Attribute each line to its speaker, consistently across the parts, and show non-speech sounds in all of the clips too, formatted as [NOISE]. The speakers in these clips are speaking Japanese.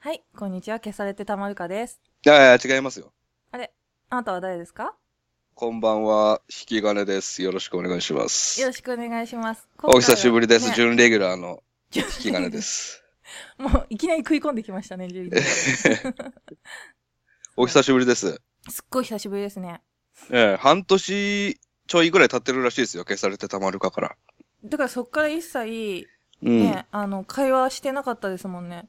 Speaker 1: はい、こんにちは。消されてたまるかです。
Speaker 2: いやいや、違いますよ。
Speaker 1: あなたは誰ですか
Speaker 2: こんばんは、引き金です。よろしくお願いします。
Speaker 1: よろしくお願いします。
Speaker 2: お久しぶりです。
Speaker 1: 今回は
Speaker 2: 準レギュラーの
Speaker 1: ね
Speaker 2: 引き金で。す。
Speaker 1: [LAUGHS] もう、いきなり食い込んできましたね、ジュリー
Speaker 2: お久しぶりです。 [LAUGHS]
Speaker 1: すっごい久しぶりですね。
Speaker 2: ええ、半年ちょいぐらい経ってるらしいですよ。消されてたまるかから。
Speaker 1: だからそっから一切、
Speaker 2: うん。
Speaker 1: ね、あの、会話してなかったですもんね。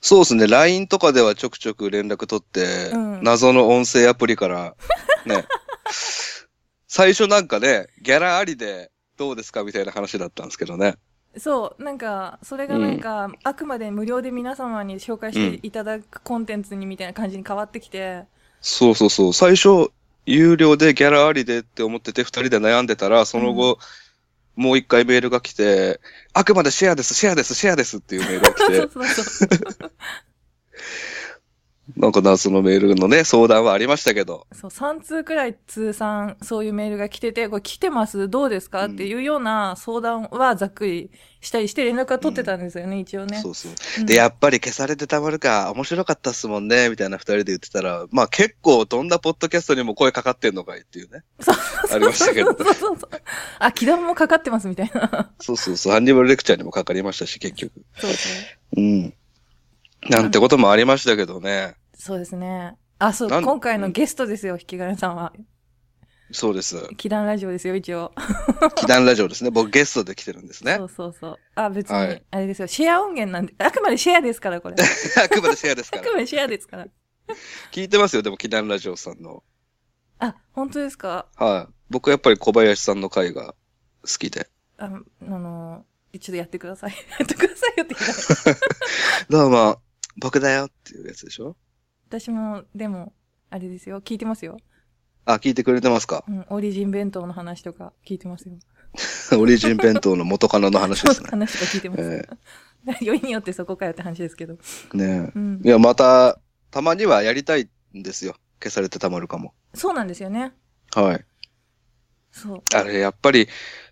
Speaker 2: そうですね。LINE とかではちょくちょく連絡取って、
Speaker 1: うん
Speaker 2: 謎の音声アプリから、ね。 [LAUGHS] 最初なんかね、ギャラありでどうですかみたいな話だったんですけどね。
Speaker 1: そう、なんか、それがなんか、あくまで無料で皆様に紹介していただくコンテンツにみたいな感じに変わってきて、
Speaker 2: そうそうそう。最初、有料でギャラありでって思ってて二人で悩んでたら、その後、もう一回メールが来て、あくまでシェアです、シェアです、シェアですっていうメールが来
Speaker 1: [LAUGHS]
Speaker 2: [LAUGHS]
Speaker 1: そう
Speaker 2: て、
Speaker 1: そうそう。
Speaker 2: なんかな、そのメールのね、相談はありましたけど、
Speaker 1: そう、3通くらい通算、そういうメールが来てて、これ来てますどうですか、
Speaker 2: うん
Speaker 1: っていうような相談はざっくりしたりして連絡は取ってたんですよね、一応ね。
Speaker 2: そうそう。
Speaker 1: うん
Speaker 2: で、やっぱり消されてたまるか、面白かったっすもんね、みたいな二人で言ってたら、まあ結構どんなポッドキャストにも声かかってんのかいっていうね。ありましたけ [LAUGHS]
Speaker 1: [LAUGHS]
Speaker 2: ど。
Speaker 1: そうそうそう。あ、気団もかかってますみたいな。
Speaker 2: そうそうそう、アンニバルレクチャーにもかかりましたし、結局。
Speaker 1: そうそう。
Speaker 2: うん。なんてこともありましたけどね。
Speaker 1: そうですね。あ、そう、
Speaker 2: なん
Speaker 1: 今回のゲストですよ、引き金さ
Speaker 2: [LAUGHS]
Speaker 1: んは。
Speaker 2: そうです。
Speaker 1: 気団ラジオですよ、一応。
Speaker 2: 祈談ラジオですね。僕ゲストで来てるんですね
Speaker 1: そ。うそうそう。あ、別に、
Speaker 2: はい
Speaker 1: あれですよ、シェア音源なんで、あくまでシェアですから、こ
Speaker 2: [LAUGHS]
Speaker 1: れ。あ
Speaker 2: [LAUGHS] あくまでシェアですから
Speaker 1: く。までシェアですから。
Speaker 2: 聞いてますよ、でも祈談ラジオさんの。
Speaker 1: あ、本当ですか
Speaker 2: はい。僕やっぱり小林さんの回が好きで。
Speaker 1: あの、あのちょっとやってください。やってくださいよって言いたい
Speaker 2: どうも、僕だよっていうやつでしょ
Speaker 1: 私も、でも、あれですよ、聞いてますよ。
Speaker 2: あ、聞いてくれてますか [LAUGHS]
Speaker 1: うん、オリジン弁当の話とか聞いてますよ。
Speaker 2: オリジン弁当の元カノの
Speaker 1: [LAUGHS]
Speaker 2: 話ですね。
Speaker 1: 話とか聞いてます。[LAUGHS]
Speaker 2: え
Speaker 1: よりによってそこかよって話ですけど。
Speaker 2: ね
Speaker 1: うん
Speaker 2: え。い。や、また、たまにはやりたいんですよ。消されてたまるかも。
Speaker 1: そうなんですよね。
Speaker 2: はい。
Speaker 1: そう。
Speaker 2: あれ、やっぱり、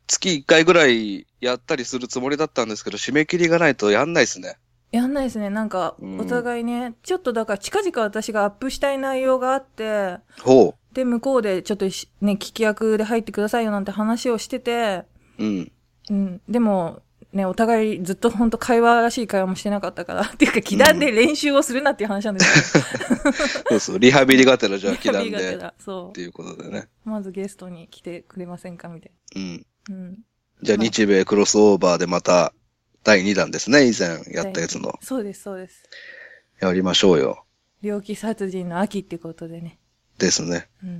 Speaker 2: 月1回ぐらいやったりするつもりだったんですけど、締め切りがないとやんないですね。
Speaker 1: やんないですね。なんか、
Speaker 2: うん
Speaker 1: お互いね、ちょっとだから近々私がアップしたい内容があって、
Speaker 2: ほ
Speaker 1: で、向こうでちょっとしね、聞き役で入ってくださいよなんて話をしてて、
Speaker 2: う。うん。
Speaker 1: うん。でも、ね、お互いずっとほんと会話らしい会話もしてなかったから、っていうか、気団で練習をするなっていう話なん
Speaker 2: [LAUGHS]
Speaker 1: ですよ。
Speaker 2: そうそう。リハビリがてらじゃあ祈
Speaker 1: リ [LAUGHS] ハ
Speaker 2: 談
Speaker 1: ビリがて
Speaker 2: で。
Speaker 1: らそ
Speaker 2: っていうことでね。
Speaker 1: う。まずゲストに来てくれませんかみたい
Speaker 2: うん。
Speaker 1: な。うん。
Speaker 2: じゃあ、
Speaker 1: はい
Speaker 2: 日米クロスオーバーでまた、第2弾ですね。以前やったやつの。
Speaker 1: そうです、そうです。
Speaker 2: やりましょうよ。
Speaker 1: 猟奇殺人の秋ってことでね。
Speaker 2: ですね。
Speaker 1: うん。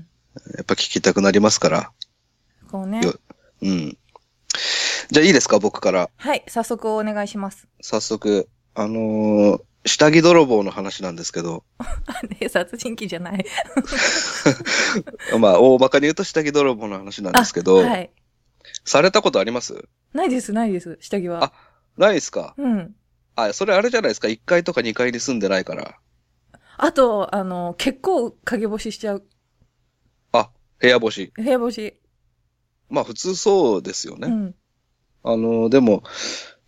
Speaker 2: やっぱ聞きたくなりますから。
Speaker 1: こうね。
Speaker 2: ようん。じゃあ、いいですか僕から。
Speaker 1: はい、早速お願いします。 [LAUGHS]
Speaker 2: 早速。あのー下着泥棒の話なんですけど。
Speaker 1: あね、殺人鬼じゃない。
Speaker 2: まあ、大まかに言うと下着泥棒の話なんですけど。
Speaker 1: はい。
Speaker 2: されたことあります
Speaker 1: ないです、ないです、下着は。
Speaker 2: あないですか
Speaker 1: うん。
Speaker 2: あ、それあれじゃないですか ?1 階とか2階に住んでないから。
Speaker 1: あと、あの、結構陰干ししちゃう。
Speaker 2: あ、部屋干し。
Speaker 1: 部屋干し。
Speaker 2: まあ、普通そうですよね。
Speaker 1: うん。
Speaker 2: あの、でも、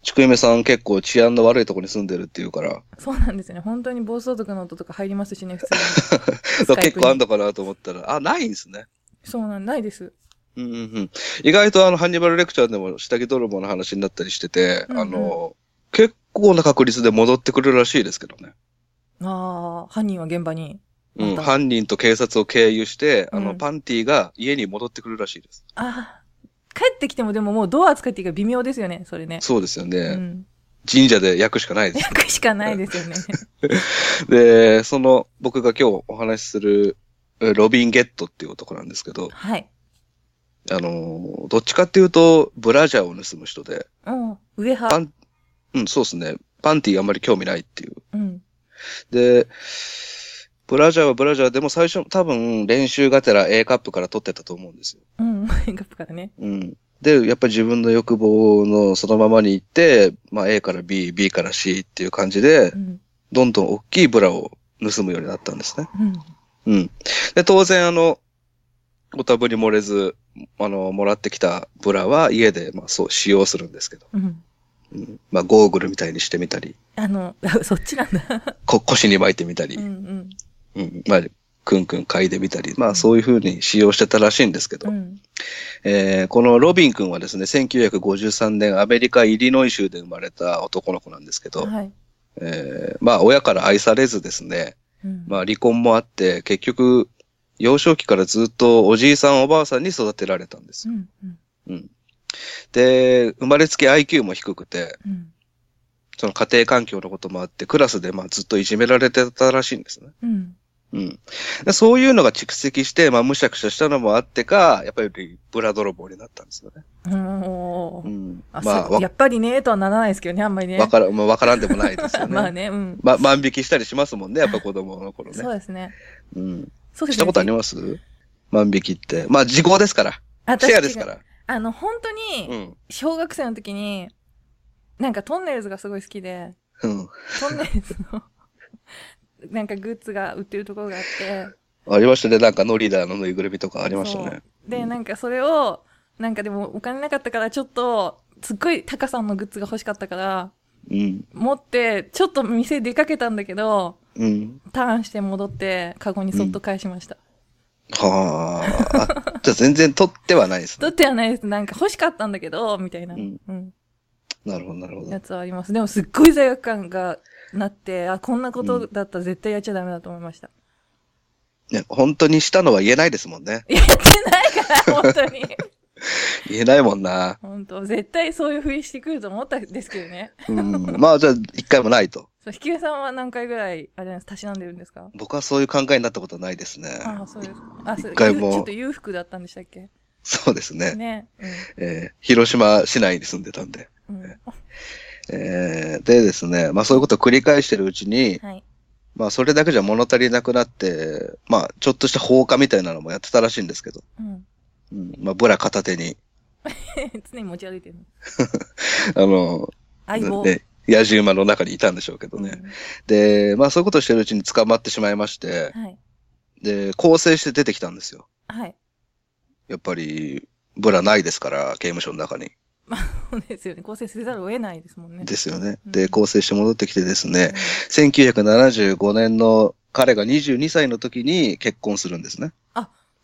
Speaker 2: ちくゆめさん結構治安の悪いところに住んでるっていうから、
Speaker 1: そうなんですよね。本当に暴走族の音とか入りますしね、普通
Speaker 2: [LAUGHS]
Speaker 1: に。
Speaker 2: だから結構あん
Speaker 1: だ。
Speaker 2: のかなと思ったら、あ、ないんですね。
Speaker 1: そうなん、ないです。
Speaker 2: うんうんうん。意外とあの、ハンニバルレクチャーでも下着泥棒の話になったりしてて、
Speaker 1: うんうん
Speaker 2: あの、結構な確率で戻ってくるらしいですけどね。
Speaker 1: ああ、犯人は現場に。
Speaker 2: う
Speaker 1: ま
Speaker 2: ん、
Speaker 1: た
Speaker 2: 犯人と警察を経由して、あ
Speaker 1: う
Speaker 2: の、
Speaker 1: ん
Speaker 2: パンティが家に戻ってくるらしいです。
Speaker 1: ああ、帰ってきてもでももうどう扱っていいか微妙ですよね、それね。
Speaker 2: そうですよね。
Speaker 1: うん。
Speaker 2: 神社で焼くしかない
Speaker 1: [LAUGHS]
Speaker 2: です。
Speaker 1: 焼くしかないですよね。
Speaker 2: で、その、僕が今日お話しする、えロビン・ゲットっていう男なんですけど、
Speaker 1: はい。
Speaker 2: あのーどっちかっていうと、ブラジャーを盗む人で、
Speaker 1: うん。上
Speaker 2: パ
Speaker 1: 派。
Speaker 2: ン、うん、そうですね。パンティーあんまり興味ないっていう。
Speaker 1: うん。
Speaker 2: で、ブラジャーはブラジャーでも最初、多分練習がてら A カップから取ってたと思うんですよ。
Speaker 1: うん。カップからね。
Speaker 2: うん。で、やっぱり自分の欲望のそのままに行って、まあ A から B、B から C っていう感じで
Speaker 1: う、ん。
Speaker 2: どんどん大きいブラを盗むようになったんですね。
Speaker 1: うん。
Speaker 2: うん。で、当然あの、おたぶに漏れず、あの、もらってきたブラは家で、まあそう、使用するんですけど。
Speaker 1: うん。
Speaker 2: うんまあ、ゴーグルみたいにしてみたり、
Speaker 1: あの、そっちなんだ。
Speaker 2: こ腰に巻いてみたり、
Speaker 1: う
Speaker 2: うんん
Speaker 1: うん。
Speaker 2: まあ、くんくん嗅いでみたり、まあ、そういうふうに使用してたらしいんですけど、
Speaker 1: うん。
Speaker 2: えーこのロビン君はですね、1953年アメリカ・イリノイ州で生まれた男の子なんですけど、
Speaker 1: はい。
Speaker 2: えーまあ、親から愛されずですね、
Speaker 1: うん
Speaker 2: まあ、離婚もあって、結局、幼少期からずっとおじいさんおばあさんに育てられたんです
Speaker 1: う
Speaker 2: よ。
Speaker 1: んうん
Speaker 2: うん。で、生まれつき IQ も低くて、
Speaker 1: うん
Speaker 2: その家庭環境のこともあって、クラスでまあずっといじめられてたらしいんですね。
Speaker 1: うん
Speaker 2: うん。でそういうのが蓄積して、まあむしゃくしゃしたのもあってか、やっぱりブラ泥棒になったんですよね。
Speaker 1: お
Speaker 2: う
Speaker 1: ー
Speaker 2: ん。
Speaker 1: あ
Speaker 2: まあ、
Speaker 1: そう
Speaker 2: わ
Speaker 1: やっぱりね、とはならないですけどね、あんまりね。
Speaker 2: わからん、まあわからんでもないですよね。
Speaker 1: [LAUGHS] まあね、うん。
Speaker 2: ま。万引きしたりしますもんね、やっぱ子供の頃
Speaker 1: そう
Speaker 2: ね。
Speaker 1: ですね。
Speaker 2: うん。
Speaker 1: そうですね。
Speaker 2: したことあります万引きって。まあ時効ですから。
Speaker 1: 私
Speaker 2: シェアですから。
Speaker 1: あの、本当
Speaker 2: う
Speaker 1: に、
Speaker 2: ん。
Speaker 1: 小学生の時に、なんかトンネルズがすごい好きで、
Speaker 2: うん。
Speaker 1: トンネルズの、なんかグッズが売ってるところがあって、
Speaker 2: ありましたね。なんかノリダーのぬいぐるみとかありました
Speaker 1: そ
Speaker 2: ね
Speaker 1: う。で、なんかそれを、なんかでもお金なかったからちょっと、すっごいタカさんのグッズが欲しかったから、
Speaker 2: うん。
Speaker 1: 持って、ちょっと店出かけたんだけど、
Speaker 2: うん。
Speaker 1: ターンして戻って、カゴにそっと返しました。
Speaker 2: はあ。あ [LAUGHS] じゃあ全然取ってはないです
Speaker 1: 取
Speaker 2: ね。
Speaker 1: ってはないです。なんか欲しかったんだけど、みたいな、
Speaker 2: う
Speaker 1: うん
Speaker 2: ん、なるほど、なるほど
Speaker 1: や。つはあります。でもすっごい罪悪感がなって、あ、こんなことだったら絶対やっちゃダメだと思いました。 [LAUGHS]
Speaker 2: ね、本当にしたのは言えないですもんね。
Speaker 1: やってないから、本当に。
Speaker 2: 言えないもんな。
Speaker 1: 本当、絶対そういうふりしてくると思ったんですけどね。
Speaker 2: うん。まあじゃあ一回もないと。
Speaker 1: そう、ひきえさんは何回ぐらい、あれなんです、たしなんでるんですか
Speaker 2: 僕はそういう考えになったことはないですね。
Speaker 1: ああ、そうです。あ、そう
Speaker 2: 一回も
Speaker 1: ゆちょっと裕福だったんでしたっけ
Speaker 2: そうですね。
Speaker 1: ね。
Speaker 2: えー広島市内に住んでたんで。
Speaker 1: うん。うん。
Speaker 2: えーでですね、まあそういうことを繰り返してるうちに、
Speaker 1: はい。
Speaker 2: まあそれだけじゃ物足りなくなって、まあちょっとした放火みたいなのもやってたらしいんですけど。
Speaker 1: うん。 [LAUGHS]
Speaker 2: うん、まあブラ片手に、
Speaker 1: 常に持ち歩いてるの。
Speaker 2: あの、
Speaker 1: 相棒。
Speaker 2: ね、野獣馬の中にいたんでしょうけどね。で、まあそういうことをしてるうちに捕まってしまいまして、
Speaker 1: うん。はい。
Speaker 2: で、更生して出てきたんですよ。
Speaker 1: はい。
Speaker 2: やっぱり、ブラないですから、刑務所の中に。
Speaker 1: そうですよね。構成せざるを得ないですもんね。
Speaker 2: ですよね。
Speaker 1: うん
Speaker 2: で、更生して戻ってきてですね、1975年の彼が22歳の時に結婚するんですね。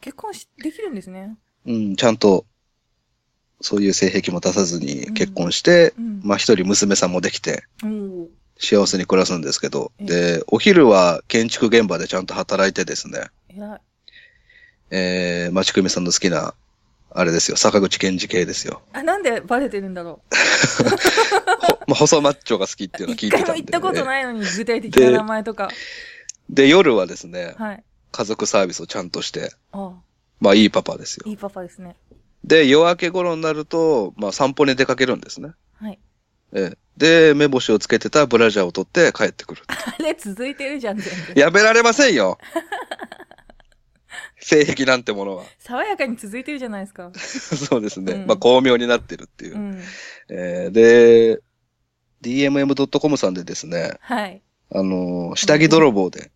Speaker 1: 結婚しできるんですね。
Speaker 2: うん、ちゃんと、そういう性癖も出さずに結婚して、
Speaker 1: うん。
Speaker 2: まあ一人娘さんもできて、
Speaker 1: おー
Speaker 2: 幸せに暮らすんですけど、
Speaker 1: ええ
Speaker 2: で、お昼は建築現場でちゃんと働いてですね、
Speaker 1: 偉い。
Speaker 2: えー、まちくみさんの好きな、あれですよ、坂口健二系ですよ。
Speaker 1: あ、なんでバレてるんだろう。
Speaker 2: ほまあ、細マッチョが好きっていうのを聞
Speaker 1: [LAUGHS] 一
Speaker 2: いて
Speaker 1: 回
Speaker 2: たんで、
Speaker 1: も行ったことないのに具体的な名前とか。
Speaker 2: で、夜はですね、
Speaker 1: はい。
Speaker 2: 家族サービスをちゃんとして、
Speaker 1: あ
Speaker 2: まあいいパパですよ。
Speaker 1: いいパパですね。
Speaker 2: で、夜明け頃になると、まあ散歩に出かけるんですね。
Speaker 1: はい。
Speaker 2: ええ、で、目星をつけてたブラジャーを取って帰ってくる。
Speaker 1: あれ続いてるじゃん、全部。
Speaker 2: やめられません
Speaker 1: [LAUGHS]
Speaker 2: よ性癖なんてものは。 [LAUGHS]
Speaker 1: 爽やかに続いてるじゃないですか。
Speaker 2: そうですね。
Speaker 1: うん
Speaker 2: まあ巧妙になってるっていう。
Speaker 1: うん。
Speaker 2: ええで、dmm.com さんでですね、
Speaker 1: はい。
Speaker 2: あのー下着泥
Speaker 1: [LAUGHS]
Speaker 2: 棒で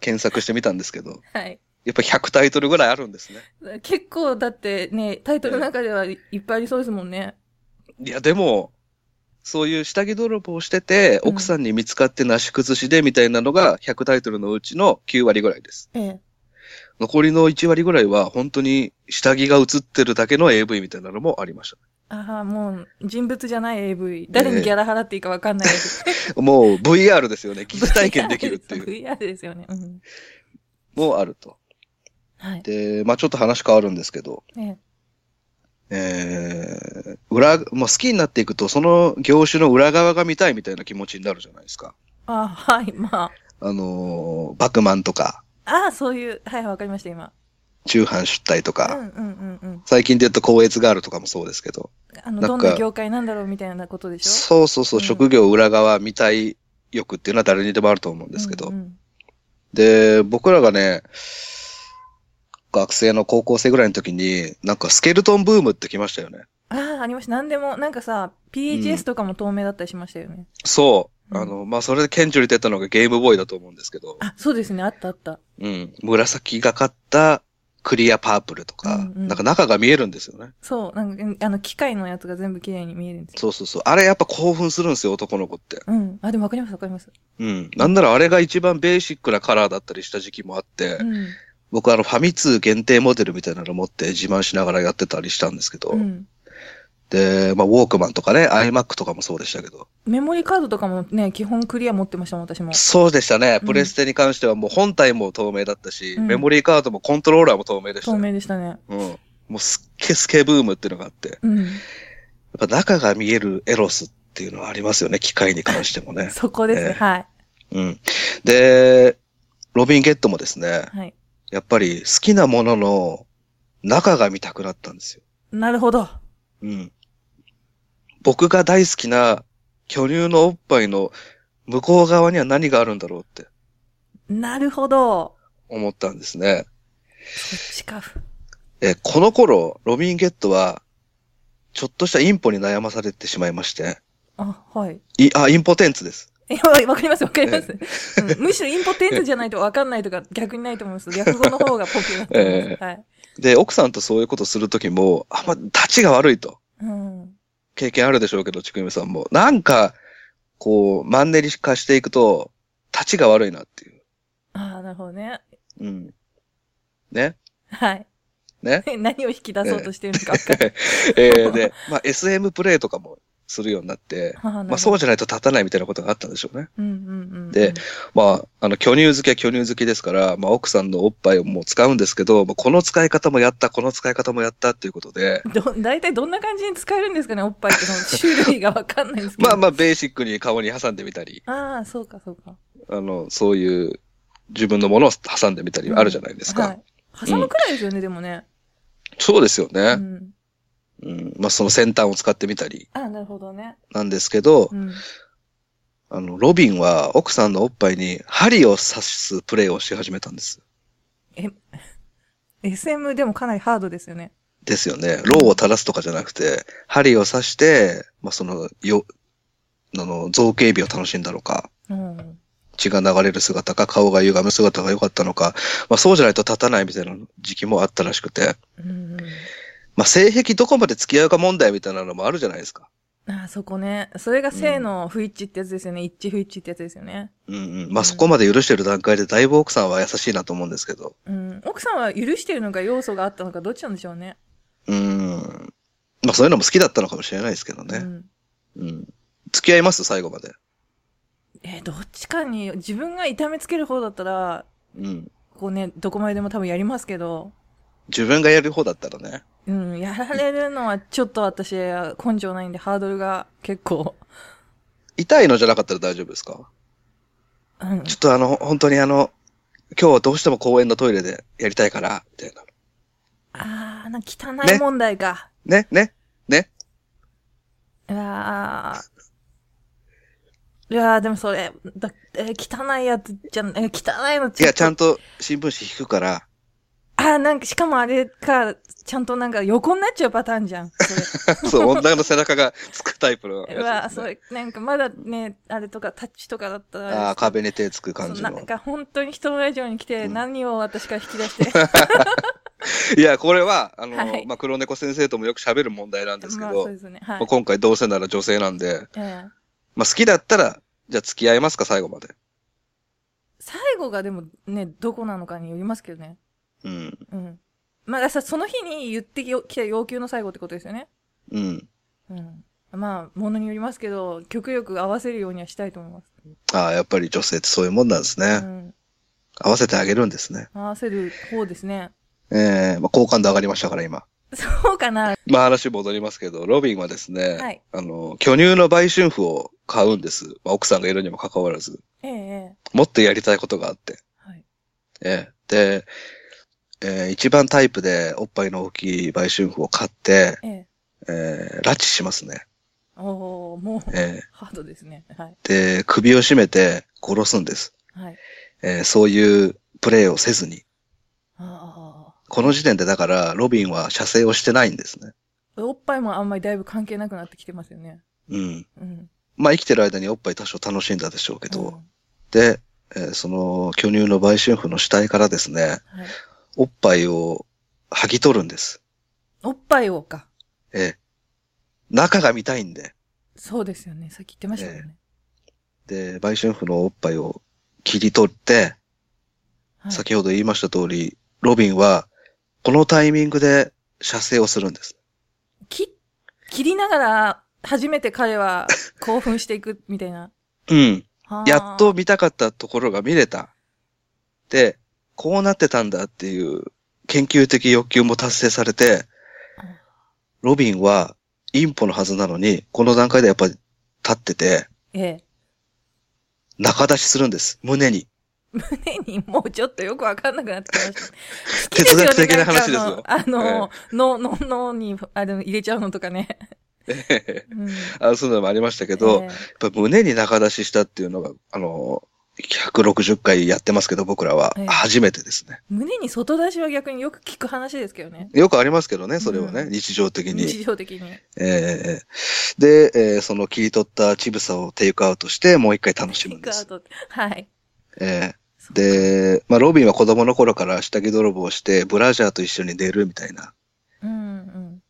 Speaker 2: 検索してみたんですけど、
Speaker 1: はい。
Speaker 2: やっぱ100タイトルぐらいあるんですね。
Speaker 1: 結構だってね、タイトルの中ではいいっぱいありそうですもんね。
Speaker 2: いや、でも、そういう下着泥棒をしてて、
Speaker 1: うん
Speaker 2: 奥さんに見つかってなし崩しでみたいなのが100タイトルのうちの9割ぐらいです。
Speaker 1: ええ。
Speaker 2: 残りの1割ぐらいは本当に下着が映ってるだけの AV みたいなのもありまし
Speaker 1: ああ、もう人物じゃない AV。誰にギャラ払っていいかわかんない AV。
Speaker 2: た。もう VR ですよね。疑似体験できるっていう
Speaker 1: VR ですよね。うん。
Speaker 2: もあると。
Speaker 1: はい。
Speaker 2: で、まあちょっと話変わるんですけど、
Speaker 1: ええ。
Speaker 2: えー、裏、まあ好きになっていくとその業種の裏側が見たいみたいな気持ちになるじゃないですか。
Speaker 1: ああ、はい、まあ。
Speaker 2: あのーバクマンとか、
Speaker 1: ああ、そういう、はい、わかりました、今。
Speaker 2: 中半出退と
Speaker 1: う
Speaker 2: か、
Speaker 1: んうんうんうん。
Speaker 2: 最近で言うと光悦ガールとかもそうですけど、
Speaker 1: あの、
Speaker 2: なんか
Speaker 1: どんな業界なんだろうみたいなことでしょ
Speaker 2: そうそうそう、
Speaker 1: うん
Speaker 2: 職業裏側見たい欲っていうのは誰にでもあると思うんですけど、
Speaker 1: うんうん
Speaker 2: で、僕らがね、学生の高校生ぐらいの時に、なんかスケルトンブームって来ましたよね。
Speaker 1: ああ、ありました。なんでも、なんかさ、
Speaker 2: うん
Speaker 1: PHS とかも透明だったりしましたよね。
Speaker 2: そう。
Speaker 1: うん
Speaker 2: あの、まあ、それで顕著に出たのがゲームボーイだと思うんですけど、
Speaker 1: あ、そうですね、あったあった。
Speaker 2: うん。紫がかったクリアパープルとか、
Speaker 1: うんうん
Speaker 2: なんか中が見えるんですよね。
Speaker 1: そう、なんか、うんあの、機械のやつが全部綺麗に見えるんですよ。
Speaker 2: そうそうそう。あれやっぱ興奮するんですよ、男の子って。
Speaker 1: うん。あ、でもわかります、わかります。
Speaker 2: うん。なんならあれが一番ベーシックなカラーだったりした時期もあって、
Speaker 1: うん。
Speaker 2: 僕あのファミ通限定モデルみたいなの持って自慢しながらやってたりしたんですけど、
Speaker 1: うん。
Speaker 2: で、まあウォークマンとかね、iMac とかもそうでしたけど、
Speaker 1: メモリカードとかもね、基本クリア持ってましたもん、私も。
Speaker 2: そうでしたね。
Speaker 1: うん
Speaker 2: プレステに関してはもう本体も透明だったし、
Speaker 1: うん
Speaker 2: メモリーカードもコントローラーも透明でした
Speaker 1: 透
Speaker 2: よ。
Speaker 1: 明でしたね。
Speaker 2: うん。もうすっげすけブームっていうのがあって、や [LAUGHS]
Speaker 1: うん。
Speaker 2: っぱ中が見えるエロスっていうのはありますよね、機械に関して
Speaker 1: [LAUGHS]
Speaker 2: もね。
Speaker 1: そこですね、
Speaker 2: ええ
Speaker 1: はい。
Speaker 2: うん。で、ロビン・ゲットもですね、
Speaker 1: はい。
Speaker 2: やっぱり好きなものの中が見たくなったんですよ。
Speaker 1: なるほど。
Speaker 2: うん。僕が大好きな巨乳のおっぱいの向こう側には何があるんだろうって
Speaker 1: なるほど。
Speaker 2: 思ったんですね。
Speaker 1: そっちか。
Speaker 2: えーこの頃、ロビン・ゲットは、ちょっとしたインポに悩まされてしまいまして、
Speaker 1: あ、はい。
Speaker 2: い、あ、インポテンツです。
Speaker 1: いやわかります、わかります、うんむしろインポテンツじゃないとわかんないとか逆にないと思います。略語の方がポピュラーだと思います。はい。
Speaker 2: で、奥さんとそういうことするときも、あんま、立ちが悪いと。
Speaker 1: うん。
Speaker 2: 経験あるでしょうけど、ちくゆみさんも。なんか、こう、マンネリ化していくと、立ちが悪いなっていう。
Speaker 1: ああ、なるほどね。
Speaker 2: うん。ね。
Speaker 1: はい。
Speaker 2: ね。
Speaker 1: [LAUGHS] 何を引き出そうとしてるのかわかんない
Speaker 2: えーで、まあ、SM プレイとかもするようになって、
Speaker 1: あーなるほど
Speaker 2: [LAUGHS] まあ、そうじゃないと立たないみたいなことがあったんでしょうね。
Speaker 1: うんうんうんうん。
Speaker 2: でまあ、あの、巨乳好きは巨乳好きですから、まあ、奥さんのおっぱいをもう使うんですけど、まあ、この使い方もやった、この使い方もやったっていうことで、
Speaker 1: ど、大体どんな感じに使えるんですかね、おっぱいって、その種類がわかんないんですけど。
Speaker 2: まあまあ、ベーシックに顔に挟んでみたり、
Speaker 1: あ。ああ、そうかそうか。
Speaker 2: あの、そういう自分のものを挟んでみたりあるじゃないですか。
Speaker 1: はい。挟むくらいですよね、でもね。
Speaker 2: そうですよ
Speaker 1: う
Speaker 2: ね、
Speaker 1: ん。
Speaker 2: うん。まあ、その先端を使ってみたり
Speaker 1: ああ、なるほどね。
Speaker 2: なんですけど、
Speaker 1: うん。
Speaker 2: あの、ロビンは奥さんのおっぱいに針を刺すプレイをし始めたんです。
Speaker 1: SM でもかなりハードですよね。
Speaker 2: ですよね。ローを垂らすとかじゃなくて、針を刺して、まあ、その、よ、あの、造形美を楽しんだのか、
Speaker 1: うん。
Speaker 2: 血が流れる姿か、顔が歪む姿が良かったのか、まあ、そうじゃないと立たないみたいな時期もあったらしくて、
Speaker 1: うん、
Speaker 2: まあ、性癖どこまで付き合うか問題みたいなのもあるじゃないですか。
Speaker 1: うん。ああ、そこね。それが性の不一致ってやつですよね。一致不一致ってやつですよね。
Speaker 2: うんうん。まあ、そこまで許してる段階で、だいぶ奥さんは優しいなと思うんですけど。
Speaker 1: うん。奥さんは許してるのか要素があったのかどっちなんでしょうね。
Speaker 2: うん。まあ、そういうのも好きだったのかもしれないですけど
Speaker 1: う
Speaker 2: ね。
Speaker 1: ん。
Speaker 2: うん。付き合います最後まで。
Speaker 1: えーどっちかに、自分が痛めつける方だったら、
Speaker 2: うん。
Speaker 1: こうね、どこまででも多分やりますけど、
Speaker 2: 自分がやる方だったらね。
Speaker 1: うん、やられるのはちょっと私、根性ないんで、ハードルが結構、
Speaker 2: 痛いのじゃなかったら大丈夫ですか
Speaker 1: うん
Speaker 2: ちょっとあの、本当にあの、今日はどうしても公園のトイレでやりたいから、みたいな。
Speaker 1: あー、なんか汚い問題か。
Speaker 2: ね、ね、ね。
Speaker 1: うわー。いやー、でもそれ、だえー汚いやつじゃん、えー汚いの
Speaker 2: いや、ちゃん
Speaker 1: と。
Speaker 2: と新聞紙引くから、 [LAUGHS]
Speaker 1: あー、なんか、しかもあれか、ちゃんとなんか横になっちゃうパターンじゃん。そ
Speaker 2: そう、女の背中がつくタイプのやつ
Speaker 1: れ。
Speaker 2: で
Speaker 1: うわ
Speaker 2: [LAUGHS]
Speaker 1: ー、
Speaker 2: す
Speaker 1: そ
Speaker 2: ね。
Speaker 1: れ、なんかまだね、あれとかタッチとかだったられですけど。
Speaker 2: ああ、壁に手つく感じ
Speaker 1: そうな
Speaker 2: の
Speaker 1: ん。か本当に人のラジオに来て、
Speaker 2: うん
Speaker 1: 何を私から引き出
Speaker 2: [LAUGHS]
Speaker 1: して、
Speaker 2: いや、これは、あの、
Speaker 1: はい
Speaker 2: まあ、黒猫先生ともよく喋る問題なんですけ
Speaker 1: まあ
Speaker 2: ど、
Speaker 1: そうですね。はい
Speaker 2: まあ。今回どうせなら女性なんで、
Speaker 1: ええ
Speaker 2: まあ、好きだったら、じゃあ付き合いますか、最後まで。
Speaker 1: 最後がでもね、どこなのかによりますけどね。
Speaker 2: うん。
Speaker 1: うん。まあ、だからその日に言ってきよ来た要求の最後ってことですよね。
Speaker 2: うん。
Speaker 1: うん。まあ、ものによりますけど、極力合わせるようにはしたいと思います。
Speaker 2: ああ、やっぱり女性ってそういうもんなんですね。
Speaker 1: うん。
Speaker 2: 合わせてあげるんですね。
Speaker 1: 合わせる方ですね。
Speaker 2: ええまあ、好感度上がりましたから、今。
Speaker 1: そうかな。
Speaker 2: まあ話戻りますけど、ロビンはですね、
Speaker 1: はい
Speaker 2: あの、巨乳の売春婦を買うんです。まあ、奥さんがいるにもかかわらず、
Speaker 1: ええええ
Speaker 2: もっとやりたいことがあって。
Speaker 1: はい。
Speaker 2: ええで、えー一番タイプでおっぱいの大きい売春婦を買って、
Speaker 1: ええ
Speaker 2: えー拉致しますね。
Speaker 1: おおもう、
Speaker 2: え
Speaker 1: ハードですね。はい。
Speaker 2: えで、首を絞めて殺すんです。
Speaker 1: はい。
Speaker 2: えーそういうプレイをせずに。
Speaker 1: あ
Speaker 2: この時点でだから、ロビンは射精をしてないんですね。
Speaker 1: あ。おっぱいもあんまりだいぶ関係なくなってきてますよね。
Speaker 2: うん。
Speaker 1: うん。
Speaker 2: まあ生きてる間におっぱい多少楽しんだでしょうけど、
Speaker 1: うん
Speaker 2: で、えーその巨乳の売春婦の死体からですね、
Speaker 1: はい。
Speaker 2: おっぱいを剥ぎ取るんです。
Speaker 1: おっぱいをか。
Speaker 2: ええ。中が見たいんで。
Speaker 1: そうですよね。さっき言ってましたよね。
Speaker 2: で、売春婦のおっぱいを切り取って、
Speaker 1: はい
Speaker 2: 先ほど言いました通り、ロビンは、このタイミングで射精をするんです。
Speaker 1: き、切りながら、初めて彼は興奮していくみたいな。
Speaker 2: うん。
Speaker 1: はあ
Speaker 2: [LAUGHS] やっと、見たかったところが見れた。で、こうなってたんだっていう研究的欲求も達成されて、ロビンはインポのはずなのに、この段階でやっぱり立ってて、
Speaker 1: ええ。
Speaker 2: 中出しするんです。胸に。
Speaker 1: 胸にもうちょっとよくわかんなくなってきました。好き
Speaker 2: [LAUGHS] 哲学的
Speaker 1: ですよね
Speaker 2: な話ですよ
Speaker 1: んかあの、あの、脳、脳、脳に、あの、入れちゃうのとかね。うん
Speaker 2: あそういうのもありましたけど、
Speaker 1: え
Speaker 2: やっぱ胸に中出ししたっていうのが、あの、160回やってますけど、僕らは
Speaker 1: ええ
Speaker 2: 初めてですね。
Speaker 1: え胸に外出しは逆によく聞く話ですけどね。
Speaker 2: よくありますけどね、それはね、
Speaker 1: うん
Speaker 2: 日常的に。
Speaker 1: 日常的に。
Speaker 2: ええで、えーその切り取ったチブサをテイクアウトして、もう一回楽しむんで
Speaker 1: ピ
Speaker 2: す
Speaker 1: ッ。クアウトはい。
Speaker 2: ええで、まあ、ロビンは子供の頃から下着泥棒をして、ブラジャーと一緒に寝るみたいな。
Speaker 1: うん
Speaker 2: うん。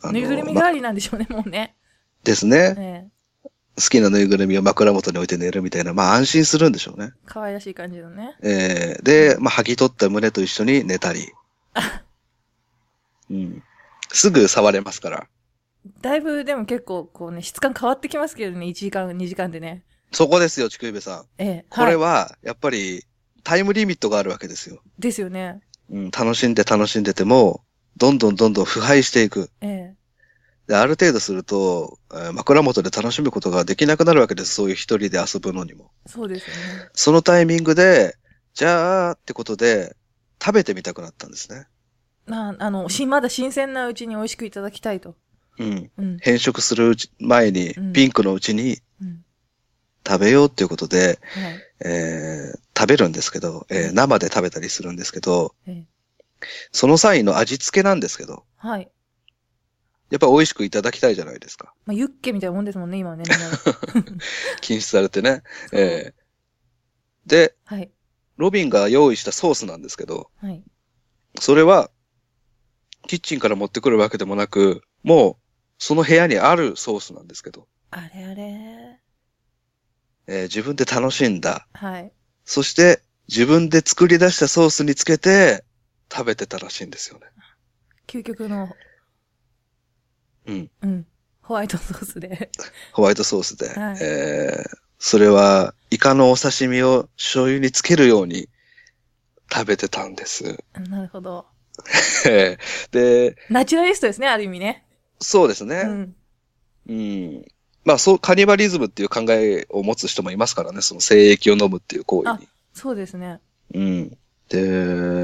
Speaker 2: あ
Speaker 1: うん。
Speaker 2: の
Speaker 1: ぬいぐるみ代
Speaker 2: ま
Speaker 1: わりなんでしょうね、もうね。
Speaker 2: ですね。
Speaker 1: ええ
Speaker 2: 好きなぬいぐるみを枕元に置いて寝るみたいな、まあ、安心するんでしょうね。
Speaker 1: 可愛らしい感じのね。
Speaker 2: ええで、まあ、剥ぎ取った胸と一緒に寝
Speaker 1: [LAUGHS]
Speaker 2: たり。うん。すぐ触れますから。
Speaker 1: だいぶでも結構こうね、質感変わってきますけどね、1時間、2時間でね。
Speaker 2: そこですよ、ちくいべさん。
Speaker 1: ええ
Speaker 2: これ
Speaker 1: い。
Speaker 2: は、やっぱり、タイムリミットがあるわけですよ。
Speaker 1: ですよね。
Speaker 2: うん、楽しんで楽しんでても、どんどんどんどん腐敗していく。
Speaker 1: え
Speaker 2: で、ある程度すると、えー枕元で楽しむことができなくなるわけです。そういう一人で遊ぶのにも。
Speaker 1: えそうですよね。
Speaker 2: そのタイミングで、じゃあ、ってことで、食べてみたくなったんですね。
Speaker 1: まあ、あの、し、まだ新鮮なうちに美味しくいただきたいと。
Speaker 2: うん。
Speaker 1: うん。
Speaker 2: 変色するうち前に
Speaker 1: うん、
Speaker 2: ピンクのうちに
Speaker 1: うん。
Speaker 2: 食べようっていうことで、
Speaker 1: はい。
Speaker 2: えー食べるんですけど、えー生で食べたりするんですけど、
Speaker 1: ええ
Speaker 2: その際の味付けなんですけど、
Speaker 1: はい。
Speaker 2: やっぱ美味しくいただきたいじゃないですか。
Speaker 1: まあ、ユッケみたいなもんですもんね、今はね、みん [LAUGHS] な
Speaker 2: 禁止されてね。えーで、
Speaker 1: はい。
Speaker 2: ロビンが用意したソースなんですけど、
Speaker 1: はい。
Speaker 2: それは、キッチンから持ってくるわけでもなく、もう、その部屋にあるソースなんですけど、
Speaker 1: あれあれ。
Speaker 2: えー自分で楽しんだ。
Speaker 1: はい。
Speaker 2: そして、自分で作り出したソースにつけて、食べてたらしいんですよね。
Speaker 1: 究極の、
Speaker 2: うん。
Speaker 1: うん。ホワイトソースで。 [LAUGHS]
Speaker 2: ホワイトソースで。
Speaker 1: はい
Speaker 2: えーそれは、イカのお刺身を醤油につけるように、食べてたんです。
Speaker 1: なるほど。
Speaker 2: えーで、
Speaker 1: ナチュラリストですね、ある意味ね。
Speaker 2: そうですね。
Speaker 1: うん。
Speaker 2: うん。まあそう、カニバリズムっていう考えを持つ人もいますからね、その精液を飲むっていう行為
Speaker 1: そうですね。
Speaker 2: に。うん。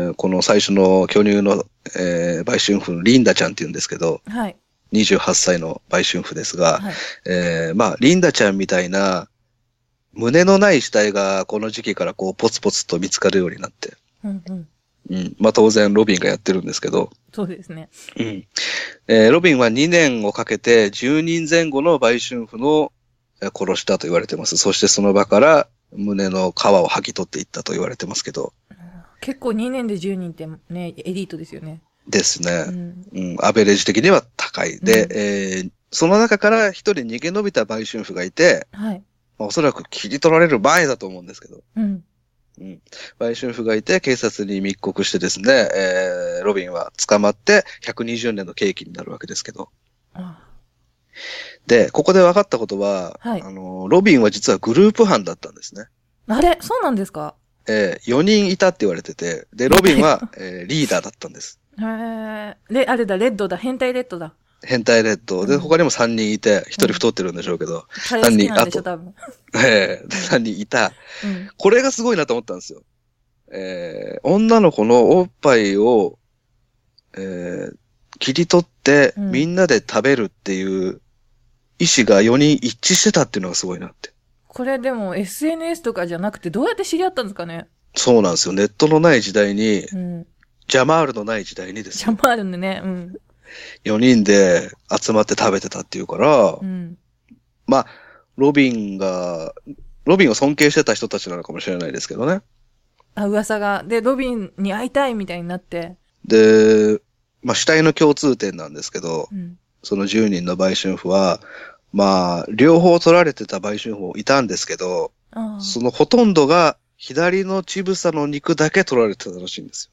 Speaker 2: で、この最初の巨乳の、えー売春婦のリンダちゃんっていうんですけど、
Speaker 1: はい。
Speaker 2: 28歳の売春婦ですが、
Speaker 1: はい。
Speaker 2: えーまあ、リンダちゃんみたいな、胸のない死体がこの時期からこう、ポツポツと見つかるようになって、
Speaker 1: うんうん。
Speaker 2: うん。まあ当然、ロビンがやってるんですけど、
Speaker 1: そうですね。
Speaker 2: うん。えーロビンは2年をかけて10人前後の売春婦のえー殺したと言われてます。そしてその場から胸の皮を剥ぎ取っていったと言われてますけど。
Speaker 1: 結構2年で10人ってね、エリートですよね。
Speaker 2: です
Speaker 1: う
Speaker 2: ね。
Speaker 1: ん。
Speaker 2: うん、アベレージ的には高い。で、
Speaker 1: うん
Speaker 2: えーその中から一人逃げ延びた売春婦がいて、
Speaker 1: はい。
Speaker 2: まあおそらく切り取られる前だと思うんですけど、
Speaker 1: うん。
Speaker 2: 売春婦がいて警察に密告してですね、えーロビンは捕まって120年の刑期になるわけですけど、
Speaker 1: あ
Speaker 2: で、ここで分かったことは、
Speaker 1: はい
Speaker 2: あの、ロビンは実はグループ犯だったんですね。
Speaker 1: あれそうなんですか
Speaker 2: えー、4人いたって言われてて、で、ロビンは、えーリーダーだったんです。
Speaker 1: へえ。レ、あれだ、レッドだ、変態レッドだ。
Speaker 2: 変態レッド。で、
Speaker 1: うん
Speaker 2: 他にも3人いて、1人太ってるんでしょうけど、
Speaker 1: カレー好きなんでしょ、多分。
Speaker 2: えー、で3人いた。
Speaker 1: うん。
Speaker 2: これがすごいなと思ったんですよ。えー、女の子のおっぱいを、えー、切り取って、
Speaker 1: うん
Speaker 2: みんなで食べるっていう意思が4人一致してたっていうのがすごいなって。
Speaker 1: これでも SNS とかじゃなくて、どうやって知り合ったんですかね
Speaker 2: そうなんですよ。ネットのない時代に、
Speaker 1: うん。
Speaker 2: ジャマールのない時代にです
Speaker 1: シャ
Speaker 2: よ
Speaker 1: ン。パールンでね。うん。
Speaker 2: 4人で集まって食べてたっていうから
Speaker 1: う、ん。
Speaker 2: まあ、ロビンが、ロビンを尊敬してた人たちなのかもしれないですけどね。
Speaker 1: あ、噂が。で、ロビンに会いたいみたいになって。
Speaker 2: で、まあ主体の共通点なんですけど、
Speaker 1: うん。
Speaker 2: その10人の売春婦は、まあ、両方取られてた売春婦もいたんですけど、
Speaker 1: あ
Speaker 2: そのほとんどが左の乳房の肉だけ取られてたらしいんです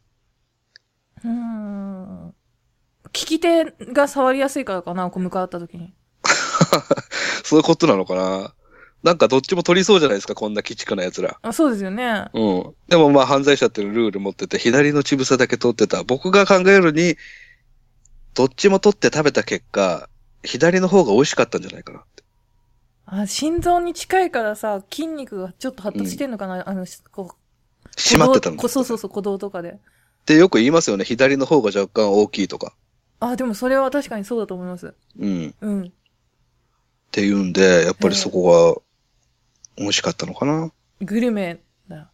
Speaker 2: よ。 [LAUGHS]
Speaker 1: あ。うん。聞き手が触りやすいからかな、こう向かった時に。
Speaker 2: そういうことなのかななんかどっちも取りそうじゃないですか、こんな鬼畜な奴ら。
Speaker 1: あそうですよね。
Speaker 2: うん。でもまあ犯罪者っていうルール持ってて、左の乳房だけ取ってた。僕が考えるに、どっちも取って食べた結果、左の方が美味しかったんじゃないかな。
Speaker 1: あ心臓に近いからさ、筋肉がちょっと発達してんのかな、あの、こう。
Speaker 2: 閉まってた
Speaker 1: 鼓動
Speaker 2: んで
Speaker 1: こ
Speaker 2: す
Speaker 1: そうそうそう、鼓動とかで。
Speaker 2: ってよく言いますよね。左の方が若干大きいとか。
Speaker 1: あ、でもそれは確かにそうだと思います。
Speaker 2: うん。っ
Speaker 1: うん。
Speaker 2: ていうんで、やっぱりそこが美味しかったのかな。
Speaker 1: グルメだ。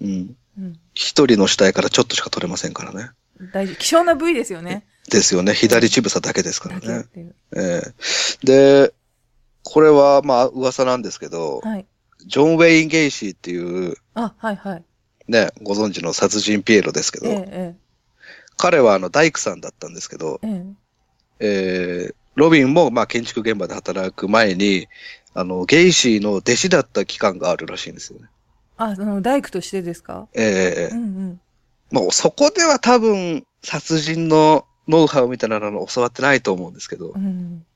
Speaker 2: うん。
Speaker 1: うん。
Speaker 2: 一人の死体からちょっとしか取れませんからね。
Speaker 1: 大事。希少な部位ですよね。
Speaker 2: ですよね。左乳房だけですか
Speaker 1: だ
Speaker 2: ら
Speaker 1: けっ
Speaker 2: ね。
Speaker 1: ていう。
Speaker 2: ええで、これはまあ噂なんですけど、
Speaker 1: はい。
Speaker 2: ジョン・ウェイン・ゲイシーっていう、
Speaker 1: あ、はいはい。
Speaker 2: ね、ご存知の殺人ピエロですけど、
Speaker 1: ええ、
Speaker 2: 彼はあの大工さんだったんですけど、
Speaker 1: ええ、ええ。
Speaker 2: えーロビンもまあ建築現場で働く前に、あの、ゲイシーの弟子だった期間があるらしいんですよね。
Speaker 1: あ、その、大工としてですか
Speaker 2: ええ
Speaker 1: うんうん。
Speaker 2: まあそこでは多分殺人のノウハウみたいなのを教わってないと思うんですけど
Speaker 1: う、ん。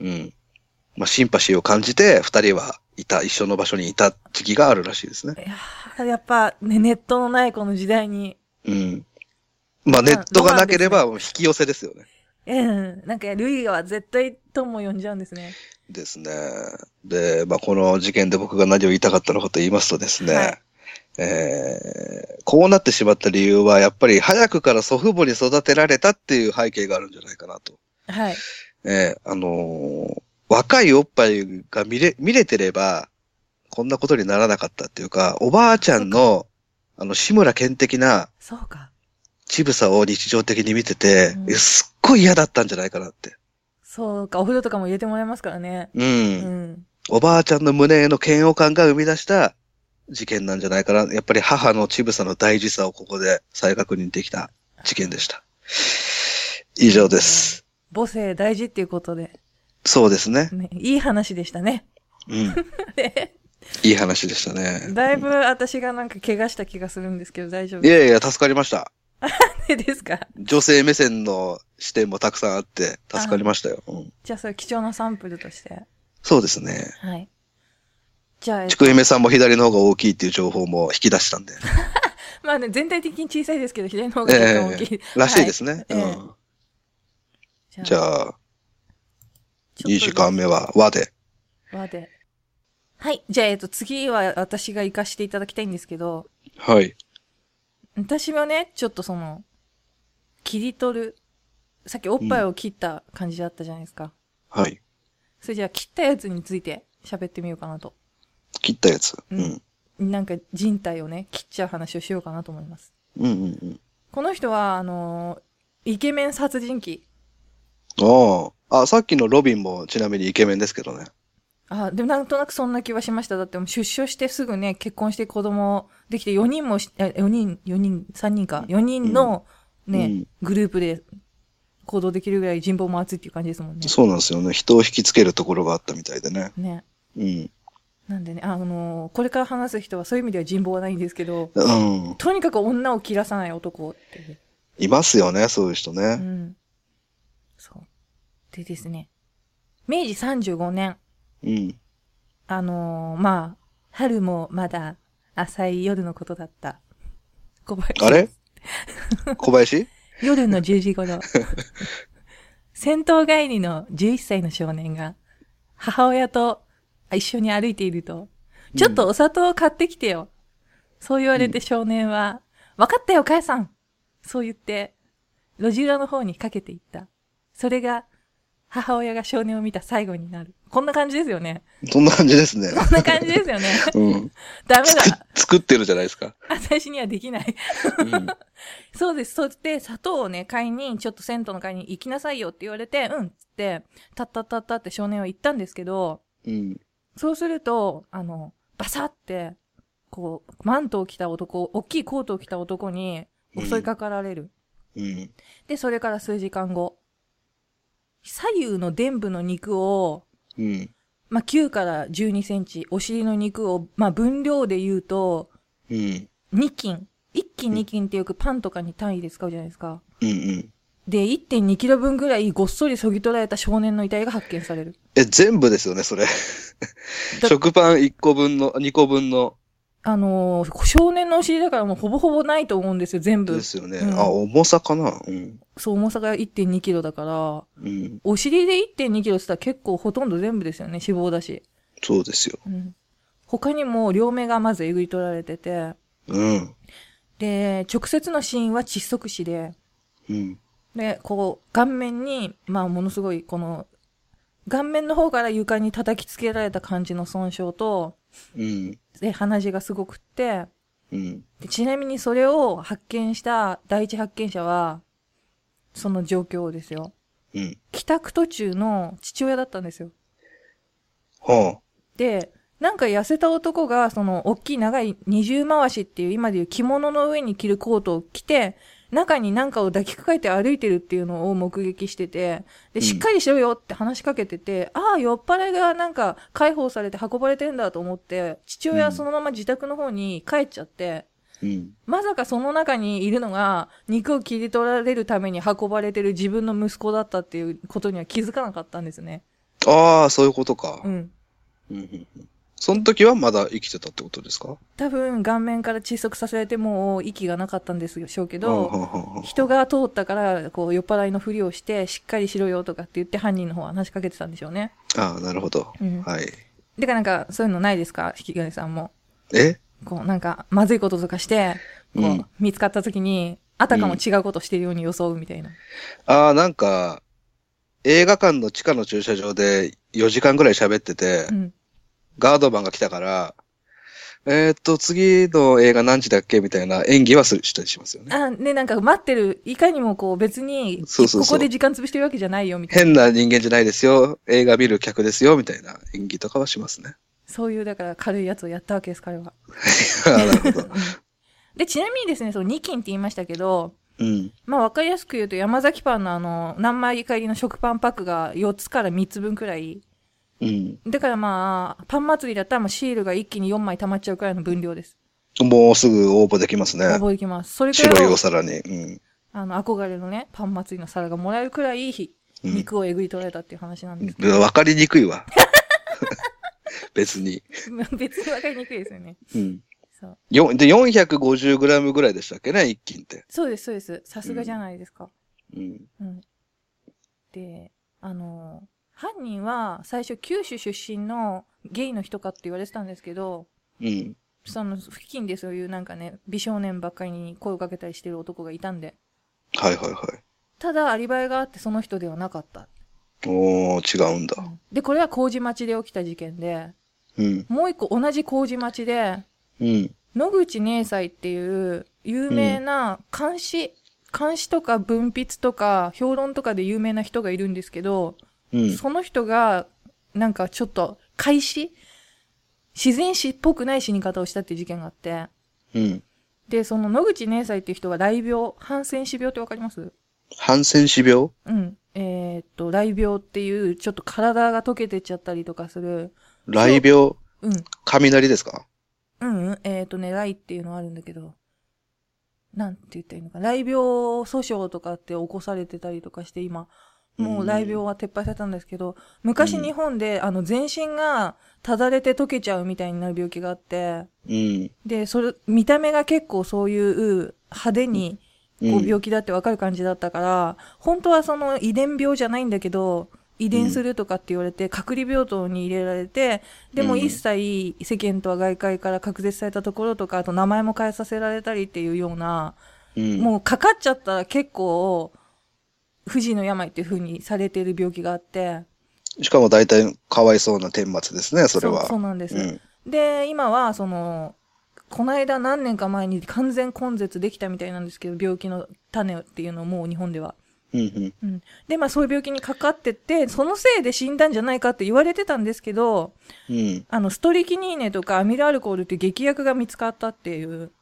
Speaker 2: うん。まあシンパシーを感じて二人はいた、一緒の場所にいた時期があるらしいですね。
Speaker 1: いやーやっぱ、ね、ネットのないこの時代に、
Speaker 2: うん。まあネットがなければもう引き寄せですよね。
Speaker 1: うん。なんか、ルイは絶対とも呼んじゃうんですね。
Speaker 2: ですね。で、まあ、この事件で僕が何を言いたかったのかと言いますとですね、
Speaker 1: はい
Speaker 2: えーこうなってしまった理由は、やっぱり早くから祖父母に育てられたっていう背景があるんじゃないかなと。
Speaker 1: はい。
Speaker 2: えーあのー若いおっぱいが見れ、見れてれば、こんなことにならなかったっていうか、おばあちゃんの、あの、志村健的な
Speaker 1: そうか。
Speaker 2: 乳房を日常的に見てて、
Speaker 1: うん
Speaker 2: えすっごい嫌だったんじゃないかなって。
Speaker 1: そうか。お風呂とかも入れてもらえますからね。
Speaker 2: うん
Speaker 1: うん。
Speaker 2: おばあちゃんの胸への嫌悪感が生み出した事件なんじゃないかな。やっぱり母の乳房の大事さをここで再確認できた事件でした。以上です。
Speaker 1: 母性大事っていうことで、
Speaker 2: そうですね。
Speaker 1: ね、いい話でしたね。 [LAUGHS]
Speaker 2: うん。いい話でしたね。
Speaker 1: だいぶ私がなんか怪我した気がするんですけど、大丈夫
Speaker 2: い
Speaker 1: [LAUGHS] で
Speaker 2: やいや、助かりました。
Speaker 1: すか
Speaker 2: 女性目線の視点もたくさんあって、助かりましたよ。うん、
Speaker 1: じゃあ、それ貴重なサンプルとして。
Speaker 2: そうですね。
Speaker 1: はい。じゃあ、えっ
Speaker 2: ち
Speaker 1: と
Speaker 2: くえめさんも左の方が大きいっていう情報も引き出
Speaker 1: [LAUGHS]
Speaker 2: したんで。
Speaker 1: まあね、全体的に小さいですけど、左の方が
Speaker 2: え
Speaker 1: 若干大きい。
Speaker 2: えらしいですね。
Speaker 1: ええ
Speaker 2: うん、
Speaker 1: じ
Speaker 2: じ
Speaker 1: ゃあ、
Speaker 2: ゃ
Speaker 1: ち
Speaker 2: あ、
Speaker 1: ょっと
Speaker 2: 2時間目は和で。
Speaker 1: 輪で。はい。じゃあ、えっと、次は私が行かしていただきたいんですけど、
Speaker 2: はい。
Speaker 1: 私はね、ちょっとその、切り取る。さっきおっぱいを切った感じだったじゃないですか。
Speaker 2: はい。
Speaker 1: それじゃあ、切ったやつについて喋ってみようかなと。
Speaker 2: 切ったやつ。
Speaker 1: うんなんか人体をね、切っちゃう話をしようかなと思います。
Speaker 2: うんうんうん。
Speaker 1: この人は、あのーイケメン殺人鬼。
Speaker 2: ああ。あ、さっきのロビンもちなみにイケメンですけどね。
Speaker 1: あ、でもなんとなくそんな気はしました。だってもう出所してすぐね、結婚して子供できて4人もし、4人、4人、3人か、4人のね、
Speaker 2: うん
Speaker 1: グループで行動できるぐらい人望も厚いっていう感じですもんね。
Speaker 2: そうなんですよね。人を引きつけるところがあったみたいでね。
Speaker 1: ね。
Speaker 2: うん。
Speaker 1: なんでね、あのーこれから話す人はそういう意味では人望はないんですけど、
Speaker 2: うん。
Speaker 1: とにかく女を切らさない男っていう。
Speaker 2: いますよね、そういう人
Speaker 1: う
Speaker 2: ね。
Speaker 1: ん。そう。でですね、明治35年、
Speaker 2: うん。
Speaker 1: あのーまあ、春もまだ浅い夜のことだった。小林
Speaker 2: あれ小林
Speaker 1: 夜の10時頃。戦闘帰りの11歳の少年が、母親と一緒に歩いていると、ちょっとお砂糖を買ってきてよ。そう言われて少年は、わ、かったよ、母さんそう言って、路地裏の方にかけていった。それが、母親が少年を見た最後になる。こんな感じですよね。
Speaker 2: そんな感じですね。
Speaker 1: こんな感じですよね。 [LAUGHS]
Speaker 2: うん。
Speaker 1: ダメ
Speaker 2: 作
Speaker 1: だ。
Speaker 2: 作ってるじゃないですか。
Speaker 1: [LAUGHS] 私にはできない。
Speaker 2: うん。
Speaker 1: そうです。そうで、砂糖をね、買いに、ちょっと銭湯の買いに行きなさいよって言われて、うんっつって、たったったったって少年は言ったんですけど、
Speaker 2: うん。
Speaker 1: そうすると、あの、バサって、こう、マントを着た男、大きいコートを着た男に襲いかかられる。
Speaker 2: うん。
Speaker 1: で、それから数時間後。左右の臀部の肉を、
Speaker 2: うん。
Speaker 1: まあ、9から12センチ、お尻の肉を、まあ、分量で言うと、
Speaker 2: うん。
Speaker 1: 2斤。1斤2斤ってよくパンとかに単位で使うじゃないですか。
Speaker 2: うん。うん。
Speaker 1: で、1.2キロ分ぐらいごっそりそぎ取られた少年の遺体が発見される。
Speaker 2: え、全部ですよね、それ。
Speaker 1: だ
Speaker 2: 食パン1個分の、2個分の
Speaker 1: あのー少年のお尻だからもうほぼほぼないと思うんですよ、全部
Speaker 2: で。すよね。
Speaker 1: うん
Speaker 2: あ、重さかなうん。
Speaker 1: そう、重さが1.2キロだから、
Speaker 2: うん。
Speaker 1: お尻で1.2キロって言ったら結構ほとんど全部ですよね、脂肪だし。
Speaker 2: そうですよ。
Speaker 1: うん。他にも両目がまずえぐり取られてて、
Speaker 2: うん。
Speaker 1: で、直接の死因は窒息死で、
Speaker 2: うん。
Speaker 1: で、こう、顔面に、まあ、ものすごい、この、顔面の方から床に叩きつけられた感じの損傷と、
Speaker 2: うん。
Speaker 1: で、鼻血がすごくって、
Speaker 2: うん。
Speaker 1: でちなみにそれを発見した第一発見者は、その状況をですよ。
Speaker 2: うん。
Speaker 1: 帰宅途中の父親だったんですよ。
Speaker 2: は
Speaker 1: で、なんか痩せた男が、その、大きい長い二重回しっていう、今でいう着物の上に着るコートを着て、中に何かを抱きかかえて歩いてるっていうのを目撃してて、
Speaker 2: う
Speaker 1: で、
Speaker 2: ん
Speaker 1: しっかりしろよって話しかけてて、ああ、酔っ払いがなんか解放されて運ばれてんだと思って、父親はそのまま自宅の方に帰っちゃって、
Speaker 2: あ。うん。
Speaker 1: まさかその中にいるのが、肉を切り取られるために運ばれてる自分の息子だったっていうことには気づかなかったんですね。
Speaker 2: ああ、そういうことか。
Speaker 1: うん。
Speaker 2: うん。うん。うんその時はまだ生きてたってことですか
Speaker 1: 多分顔面から窒息させられてもう息がなかったんですしょうけ
Speaker 2: うん
Speaker 1: ど、
Speaker 2: はんはんはん
Speaker 1: 人が通ったからこう酔っ払いのふりをしてしっかりしろよとかって言って犯人の方は話しかけてたんでしょうね。
Speaker 2: ああ、なるほど。
Speaker 1: うん。
Speaker 2: はい。
Speaker 1: でかなんかそういうのないですか引き金さんも。
Speaker 2: え
Speaker 1: こうなんかまずいこととかして、こう、
Speaker 2: うん
Speaker 1: 見つかった時にあたかも違うことしてるように装うみたいな。
Speaker 2: ああ、なんか、映画館の地下の駐車場で4時間ぐらい喋ってて、
Speaker 1: うん。
Speaker 2: ガードマンが来たから、えーっと、次の映画何時だっけみたいな演技はするしたりしますよね。
Speaker 1: あ、ね、なんか待ってる、いかにもこう別に、
Speaker 2: そうそうそう
Speaker 1: ここで時間潰してるわけじゃないよみたいな。
Speaker 2: 変な人間じゃないですよ。映画見る客ですよ。みたいな演技とかはしますね。 [LAUGHS]
Speaker 1: そういうだから軽いやつをやったわけです、彼は。
Speaker 2: ああなるほど。
Speaker 1: で、ちなみにですね、その2金って言いましたけど、
Speaker 2: うん。
Speaker 1: まあ、わかりやすく言うと、山崎パンのあの、何枚か入りの食パンパックが4つから3つ分くらい。
Speaker 2: うん。
Speaker 1: だからまあ、パン祭りだったらもうシールが一気に4枚溜まっちゃうくらいの分量です。
Speaker 2: もうすぐ応募できますね。
Speaker 1: 覚えてきます。それく
Speaker 2: 白
Speaker 1: ら
Speaker 2: い
Speaker 1: いを
Speaker 2: お、皿に。うん。
Speaker 1: あの、憧れのね、パン祭りの皿がもらえるくらい、
Speaker 2: うん
Speaker 1: 肉をえぐり取られたっていう話なんです。
Speaker 2: うん。わかりにくい
Speaker 1: [LAUGHS]
Speaker 2: わ。別に。
Speaker 1: 別にわかりにくいですよね。
Speaker 2: うん。
Speaker 1: そう。
Speaker 2: よで、450g ぐらいでしたっけね、一斤って。
Speaker 1: そうです、そうです。さすがじゃないですか。
Speaker 2: うん。
Speaker 1: うん。で、あの、犯人は最初九州出身のゲイの人かって言われてたんですけど、
Speaker 2: うん。
Speaker 1: その付近でそういうなんかね、美少年ばっかりに声をかけたりしてる男がいたんで。
Speaker 2: はいはいはい。
Speaker 1: ただ、アリバイがあってその人ではなかった。
Speaker 2: おー、違うんだ。
Speaker 1: で、これは麹町で起きた事件で、
Speaker 2: うん。
Speaker 1: もう一個同じ麹町で、
Speaker 2: うん。
Speaker 1: 野口寧斎っていう有名な監視、監視とか文筆とか評論とかで有名な人がいるんですけど、
Speaker 2: うん。
Speaker 1: その人が、なんかちょっと、開始自然死っぽくない死に方をしたっていう事件があって、
Speaker 2: うん。
Speaker 1: で、その野口姉妻っていう人は雷病、ハンセン氏病ってわかります
Speaker 2: ハンセン氏病
Speaker 1: うん。えーっと、雷病っていう、ちょっと体が溶けてっちゃったりとかする。
Speaker 2: 雷病
Speaker 1: うん。
Speaker 2: 雷ですか
Speaker 1: うん、うん。えーっとね、雷っていうのあるんだけど、なんて言ったらいいのか。雷病訴訟とかって起こされてたりとかして、今、もう雷病は撤廃されたんですけど、昔日本で、あの、全身がただれて溶けちゃうみたいになる病気があって、
Speaker 2: うん。
Speaker 1: で、それ、見た目が結構そういう派手に、
Speaker 2: う。
Speaker 1: こうん病気だってわかる感じだったから、本当はその遺伝病じゃないんだけど、遺伝するとかって言われて、隔離病棟に入れられて、でも
Speaker 2: うん
Speaker 1: 一切世間とは外界から隔絶されたところとか、あと名前も変えさせられたりっていうような、
Speaker 2: うん。
Speaker 1: もうかかっちゃったら結構、不治の病っていう風にされている病気があって、
Speaker 2: しかも大体かわいそうな顛末ですね、それは。
Speaker 1: うそうなんです。
Speaker 2: うん。
Speaker 1: で、今は、その、この間何年か前に完全根絶できたみたいなんですけど、病気の種っていうのをもう日本では。
Speaker 2: うん。
Speaker 1: うん。で、まあそういう病気にかかってて、そのせいで死んだんじゃないかって言われてたんですけど、
Speaker 2: うん。
Speaker 1: あの、ストリキニーネとかアミルアルコールっていう劇薬が見つかったっていう。
Speaker 2: う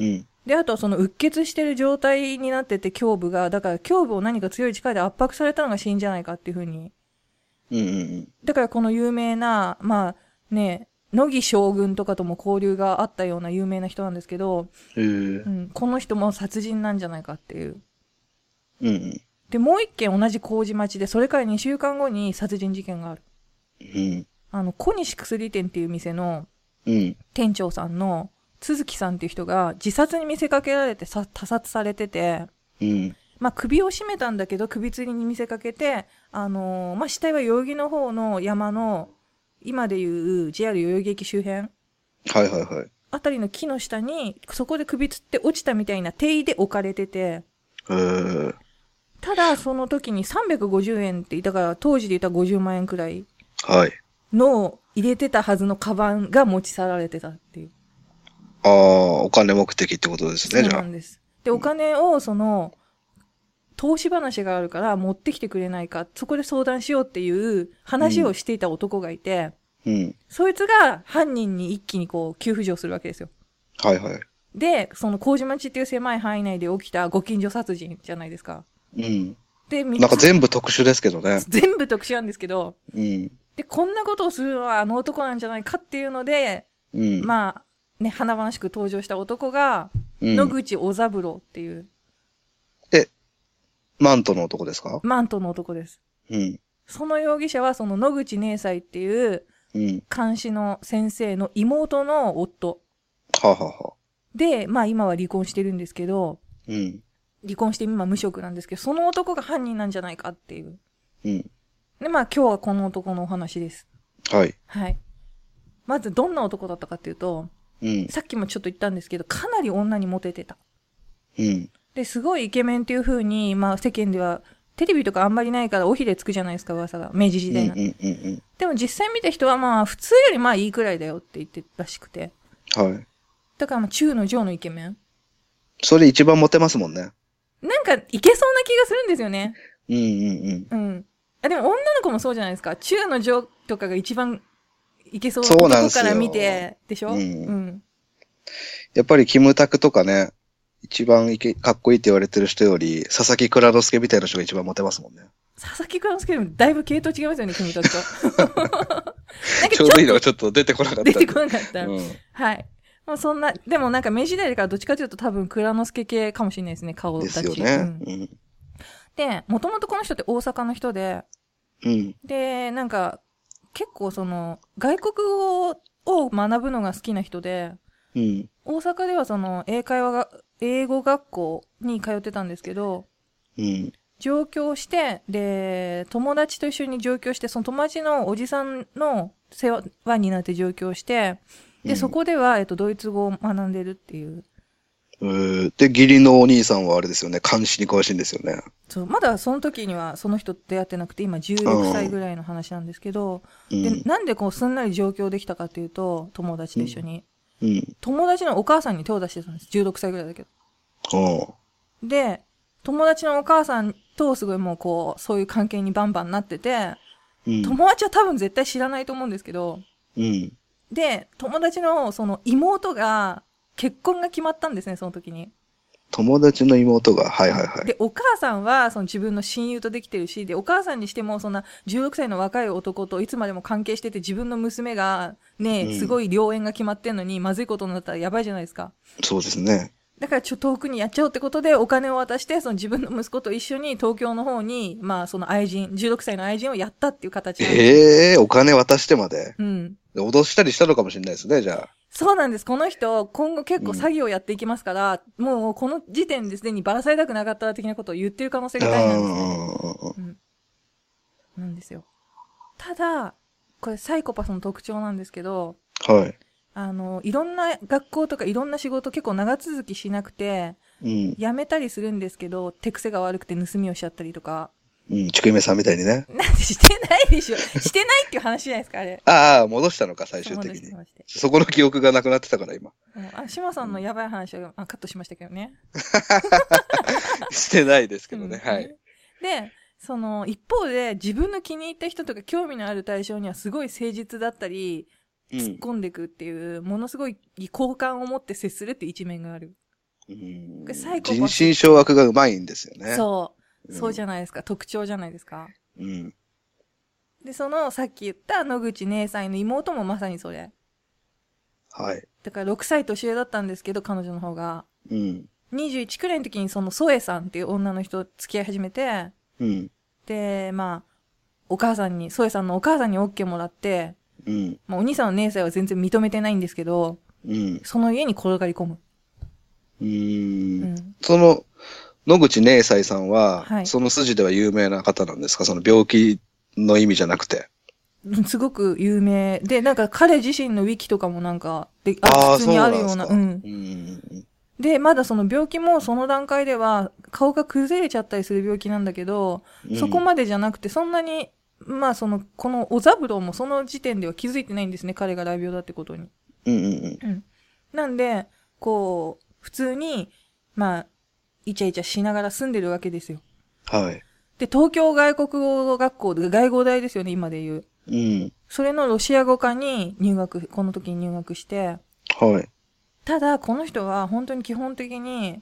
Speaker 2: うん。
Speaker 1: で、あとはその、うっ血してる状態になってて、胸部が、だから胸部を何か強い力で圧迫されたのが死因じゃないかっていうふうに。
Speaker 2: うんうん
Speaker 1: だからこの有名な、まあね、乃木将軍とかとも交流があったような有名な人なんですけど、
Speaker 2: うん。へえ
Speaker 1: うん、この人も殺人なんじゃないかっていう。
Speaker 2: うんうん。
Speaker 1: で、もう一件同じ麹町で、それから2週間後に殺人事件がある。
Speaker 2: うん。
Speaker 1: あの、小西薬店っていう店の
Speaker 2: うん。
Speaker 1: 店長さんの、鈴木さんっていう人が自殺に見せかけられてさ他殺されてて、
Speaker 2: うん。
Speaker 1: まあ、首を絞めたんだけど、首吊りに見せかけて、あのーまあ、死体は代々木の方の山の、今でいう JR 代々木駅周辺
Speaker 2: はいはいはい。
Speaker 1: あたりの木の下に、そこで首吊って落ちたみたいな定位で置かれてて、
Speaker 2: へえ
Speaker 1: ただその時に350円って、だから当時で言ったら50万円くらい
Speaker 2: はい。
Speaker 1: の入れてたはずのカバンが持ち去られてたっていう。
Speaker 2: ああ、お金目的ってことです
Speaker 1: そう
Speaker 2: ね、じ
Speaker 1: な
Speaker 2: ゃあ。
Speaker 1: んです。で、お金をその、投資話があるから持ってきてくれないか、そこで相談しようっていう話をしていた男がいて、
Speaker 2: うん。
Speaker 1: そいつが犯人に一気にこう、急浮上するわけですよ。
Speaker 2: はいはい。
Speaker 1: で、その麹町っていう狭い範囲内で起きたご近所殺人じゃないですか。
Speaker 2: うん。
Speaker 1: で、み
Speaker 2: なんか全部特殊ですけどね。
Speaker 1: [LAUGHS] 全部特殊なんですけど、
Speaker 2: うん。
Speaker 1: で、こんなことをするのはあの男なんじゃないかっていうので、
Speaker 2: うん。
Speaker 1: まあ、ね、華々しく登場した男が、
Speaker 2: うん
Speaker 1: 野口小三郎っていう、
Speaker 2: マントの男ですか
Speaker 1: マントの男です。
Speaker 2: うん。
Speaker 1: その容疑者はその野口姉妻っていう
Speaker 2: うん。
Speaker 1: 監視の先生の妹の夫。
Speaker 2: はあ、はあはあ、
Speaker 1: で、まあ今は離婚してるんですけど、
Speaker 2: うん。
Speaker 1: 離婚して今無職なんですけど、その男が犯人なんじゃないかっていう。
Speaker 2: うん。
Speaker 1: で、まあ今日はこの男のお話です。
Speaker 2: はい。
Speaker 1: はい。まずどんな男だったかっていうと、
Speaker 2: うん。
Speaker 1: さっきもちょっと言ったんですけど、かなり女にモテてた。
Speaker 2: うん。
Speaker 1: で、すごいイケメンっていう風に、まあ世間では、テレビとかあんまりないから尾ひれつくじゃないですか、噂が。明治時
Speaker 2: うん。う
Speaker 1: 代
Speaker 2: ん
Speaker 1: なんて。
Speaker 2: うん。うん。
Speaker 1: でも実際見た人はまあ普通よりまあいいくらいだよって言ってたらしくて。
Speaker 2: はい。
Speaker 1: だからまあ中の上のイケメン。
Speaker 2: それ一番モテますもんね。
Speaker 1: なんかいけそうな気がするんですよね。
Speaker 2: うんうんうん。
Speaker 1: うん。あ、でも女の子もそうじゃないですか。中の上とかが一番いけそう
Speaker 2: そうな
Speaker 1: 男
Speaker 2: んですよ
Speaker 1: から見て、でしょ
Speaker 2: うん
Speaker 1: ん。
Speaker 2: やっぱりキムタクとかね、一番いけかっこいいって言われてる人より、佐々木蔵之介みたいな人が一番モテますもんね。
Speaker 1: 佐々木蔵之介でもだいぶ系統違いますよね、君
Speaker 2: [LAUGHS]
Speaker 1: たちと。なんか
Speaker 2: ち
Speaker 1: ち
Speaker 2: ょ
Speaker 1: ょ
Speaker 2: う
Speaker 1: っ
Speaker 2: どいいのが
Speaker 1: と
Speaker 2: ちょっと出てこなかったんで。
Speaker 1: 出てこなかった。
Speaker 2: うん。
Speaker 1: はい。もうそんな、でもなんか明治時代だからどっちかというと多分蔵之介系かもしれないですね、顔
Speaker 2: で
Speaker 1: 立
Speaker 2: す
Speaker 1: ち。
Speaker 2: よ
Speaker 1: う
Speaker 2: ね
Speaker 1: ん。
Speaker 2: うん。
Speaker 1: で、もともとこの人って大阪の人で、
Speaker 2: うん。
Speaker 1: で、なんか、結構その、外国語を学ぶのが好きな人で、
Speaker 2: うん。
Speaker 1: 大阪ではその、英会話が、英語学校に通ってたんですけど、
Speaker 2: うん。
Speaker 1: 上京して、で、友達と一緒に上京して、その友達のおじさんの世話になって上京して、
Speaker 2: う
Speaker 1: で、
Speaker 2: ん
Speaker 1: そこでは、えっと、ドイツ語を学んでるっていう。
Speaker 2: えーで、義理のお兄さんはあれですよね、監視に詳しいんですよね。
Speaker 1: そう、まだその時にはその人出会ってなくて、今16歳ぐらいの話なんですけど、
Speaker 2: う
Speaker 1: で
Speaker 2: ん、。
Speaker 1: なんでこうすんなり上京できたかっていうと、友達と一緒に。
Speaker 2: うん。
Speaker 1: 友達のお母さんに手を出してたんです。16歳ぐらいだけ
Speaker 2: お
Speaker 1: ど。で、友達のお母さんとすごいもうこう、そういう関係にバンバンなってて、
Speaker 2: うん。
Speaker 1: 友達は多分絶対知らないと思うんですけど、
Speaker 2: うん。
Speaker 1: で、友達のその妹が、結婚が決まったんですね、その時に。
Speaker 2: 友達の妹が、はいはいはい。
Speaker 1: で、お母さんは、その自分の親友とできてるし、で、お母さんにしても、そんな16歳の若い男といつまでも関係してて、自分の娘が、
Speaker 2: う
Speaker 1: ね、
Speaker 2: ん
Speaker 1: すごい良縁が決まってんのに、まずいことになったらやばいじゃないですか。
Speaker 2: そうですね。
Speaker 1: だからちょっと遠くにやっちゃおうってことでお金を渡してその自分の息子と一緒に東京の方にまあその愛人16歳の愛人をやったっていう形なんです
Speaker 2: ええお金渡してまで。
Speaker 1: うん
Speaker 2: で脅したりしたのかもしれないですね、じゃあ。
Speaker 1: そうなんですこの人今後結構詐欺をやっていきますから、もうこの時点ですでにばらされたくなかったら的なことを言ってる可能性が大なんですね
Speaker 2: うん
Speaker 1: なんですよただこれサイコパスの特徴なんですけど
Speaker 2: はい。
Speaker 1: あのいろんな学校とかいろんな仕事結構長続きしなくて
Speaker 2: うん。
Speaker 1: 辞めたりするんですけど手癖が悪くて盗みをしちゃったりとか
Speaker 2: うん。ちくゆめさんみたいにね。
Speaker 1: なんで [LAUGHS] してないでしょ。してないっていう話じゃないですか、あれ。
Speaker 2: ああ、戻したのか、最終
Speaker 1: そう
Speaker 2: 的
Speaker 1: です
Speaker 2: に。
Speaker 1: そうです
Speaker 2: そこの記憶がなくなってたから、今。
Speaker 1: うんあ、島さんのやばい話は、あ、カットしましたけどね。
Speaker 2: してないですけど
Speaker 1: うん
Speaker 2: ね。はい。。
Speaker 1: で、その、一方で、自分の気に入った人とか興味のある対象にはすごい誠実だったり、
Speaker 2: う
Speaker 1: 突っ
Speaker 2: ん。
Speaker 1: 込んでいくっていう、ものすごい好感を持って接するっていう一面がある。
Speaker 2: うん
Speaker 1: れサイコパス
Speaker 2: 人心掌握がうまいんですよね。
Speaker 1: そうう。
Speaker 2: ん
Speaker 1: そうじゃないですか。特徴じゃないですか。
Speaker 2: うん。
Speaker 1: で、その、さっき言った野口姉さんの妹もまさにそれ。
Speaker 2: はい。
Speaker 1: だから6歳年上だったんですけど、彼女の方が。
Speaker 2: うん。
Speaker 1: 21くらいの時にそのソエさんっていう女の人と付き合い始めて、
Speaker 2: うん。
Speaker 1: で、まあ、お母さんに、ソエさんのお母さんに OK もらって、
Speaker 2: うん。
Speaker 1: まあお兄さんの姉さんは全然認めてないんですけど、
Speaker 2: うん。
Speaker 1: その家に転がり込む。う
Speaker 2: う。
Speaker 1: んん。
Speaker 2: その、野口寧斎さんは、
Speaker 1: はい
Speaker 2: その筋では有名な方なんですかその病気の意味じゃなくて。
Speaker 1: すごく有名。で、なんか彼自身のウィキとかもなんか、で、
Speaker 2: あ
Speaker 1: あ
Speaker 2: ー
Speaker 1: 普通にあるような。
Speaker 2: そう
Speaker 1: う。
Speaker 2: なんうん。
Speaker 1: で、まだその病気もその段階では顔が崩れちゃったりする病気なんだけど、
Speaker 2: うん
Speaker 1: そこまでじゃなくてそんなに、まあその、この小三郎もその時点では気づいてないんですね、彼が雷病だってことに。
Speaker 2: うんうんうん。
Speaker 1: なんで、こう、普通に、まあ、イチャイチャしながら住んでるわけですよ。
Speaker 2: はい。
Speaker 1: で、東京外国語学校、外語大ですよね、今で言う。
Speaker 2: うん。
Speaker 1: それのロシア語科に入学、この時に入学して、
Speaker 2: はい。
Speaker 1: ただ、この人は本当に基本的に、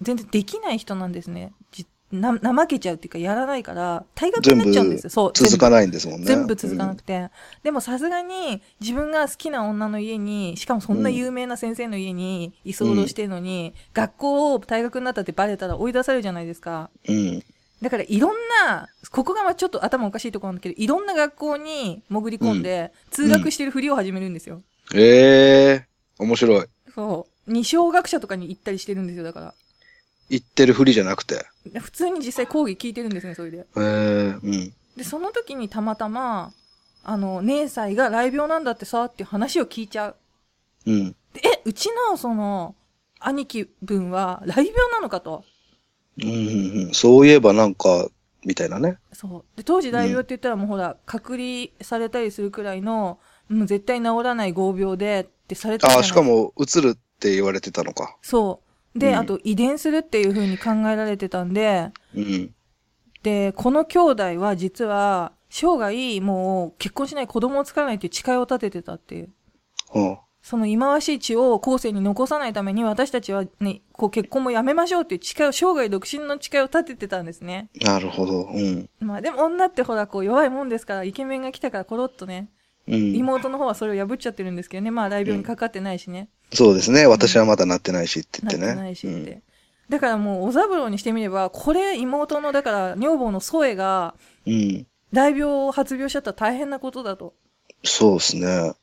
Speaker 1: 全然できない人なんですね。じな、怠けちゃうっていうか、やらないから、退学になっちゃうんですよ。そう、
Speaker 2: 続か
Speaker 1: ない。
Speaker 2: ないんですもんね。
Speaker 1: 全部続かなくて。でもさすがに、自分が好きな女の家に、しかもそんな有名な先生の家に居候してるのに、学校を退学になったってバレたら追い出されるじゃないですか。
Speaker 2: うん。
Speaker 1: だからいろんな、ここがまあちょっと頭おかしいところなんだけど、いろんな学校に潜り込んで、通学してるふりを始めるんですよ。
Speaker 2: ええー、面白い。
Speaker 1: そう。二小学者とかに行ったりしてるんですよ、だか
Speaker 2: 言ってるふりじゃなくて。
Speaker 1: ら。普通に実際講義聞いてるんですね、それで。
Speaker 2: ええー、うん。
Speaker 1: で、その時にたまたま、あの、姉妻が雷病なんだってさ、っていう話を聞いちゃう。
Speaker 2: うん。
Speaker 1: で、え、うちの、その、兄貴分は雷病なのかと。
Speaker 2: うんうんうん、そういえばなんか、みたいなね。
Speaker 1: そう。で、当時雷病って言ったらもうほら、隔離されたりするくらいの、もう絶対治らない合病で、ってされてたじゃ
Speaker 2: あ
Speaker 1: ないで
Speaker 2: あ、
Speaker 1: す
Speaker 2: しかも、映るって言われてたのか。
Speaker 1: そう。で、
Speaker 2: うん
Speaker 1: あと遺伝するっていう風に考えられてたんで、
Speaker 2: うん。
Speaker 1: で、この兄弟は実は、生涯もう結婚しない子供を作らないっていう誓いを立ててたっていう。
Speaker 2: はあ、
Speaker 1: その忌まわしい血を後世に残さないために私たちはね、こう結婚もやめましょうっていう誓いを、生涯独身の誓いを立ててたんですね。
Speaker 2: なるほど。うん。
Speaker 1: まあでも女ってほらこう弱いもんですから、イケメンが来たからコロッとね、
Speaker 2: うん。
Speaker 1: 妹の方はそれを破っちゃってるんですけどね、まあ雷病にかかってないしね。
Speaker 2: そうですね。私はまだなってないしって言
Speaker 1: な
Speaker 2: っ
Speaker 1: ってて
Speaker 2: ね。
Speaker 1: ないしって。だからもう、小三郎にしてみれば、これ妹の、だから女房のソエが、
Speaker 2: うん。うん。
Speaker 1: 大病を発病しちゃったら大変なことだと。
Speaker 2: そうですね。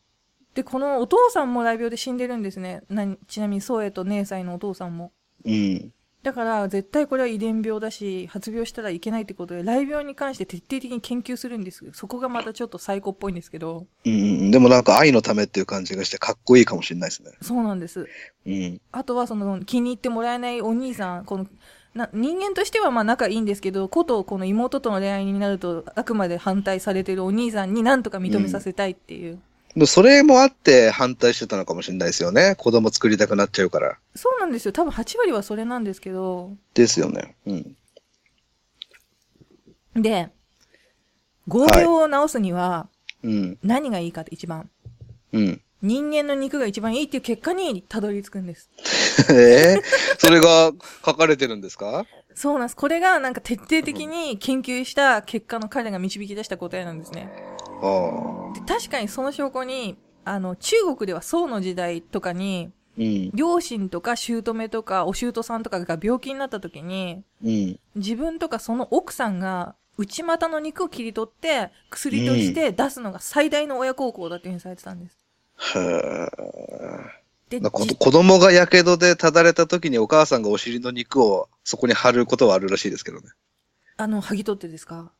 Speaker 1: で、このお父さんも大病で死んでるんですね。なにちなみにソエと姉妻のお父さんも。
Speaker 2: うん。
Speaker 1: だから、絶対これは遺伝病だし、発病したらいけないってことで、雷病に関して徹底的に研究するんです。そこがまたちょっと最高っぽいんですけど、
Speaker 2: うんうん。でもなんか愛のためっていう感じがしてかっこいいかもしれないですね。
Speaker 1: そうなんです。
Speaker 2: うん。
Speaker 1: あとはその気に入ってもらえないお兄さん、このな人間としてはまあ仲いいんですけど、ことこの妹との恋愛になるとあくまで反対されてるお兄さんになんとか認めさせたいっていう。
Speaker 2: でもそれもあって反対してたのかもしれないですよね。子供作りたくなっちゃうから。
Speaker 1: そうなんですよ。多分8割はそれなんですけど。
Speaker 2: ですよね。うん。
Speaker 1: で、合病を治すには
Speaker 2: うん。
Speaker 1: 何がいいかって一番。
Speaker 2: うん。 [LAUGHS]
Speaker 1: 人間の肉が一番いいっていう結果にたどり着くんです。
Speaker 2: えー、 [LAUGHS] それが書かれてるんですか
Speaker 1: そうなんです。これがなんか徹底的に研究した結果の彼が導き出した答えなんですね。
Speaker 2: ああ。
Speaker 1: で確かにその証拠に、あの、中国では宋の時代とかに、
Speaker 2: うん。
Speaker 1: 両親とか姑とかお姑さんとかが病気になった時に、
Speaker 2: うん。
Speaker 1: 自分とかその奥さんが内股の肉を切り取って薬として出すのが最大の親孝行だっていうふうにされてたんです。
Speaker 2: へえ。
Speaker 1: で、
Speaker 2: なんかこ
Speaker 1: じ
Speaker 2: 子供がやけどでただれた時にお母さんがお尻の肉をそこに貼ることはあるらしいですけどね。
Speaker 1: あの、剥ぎ取ってですか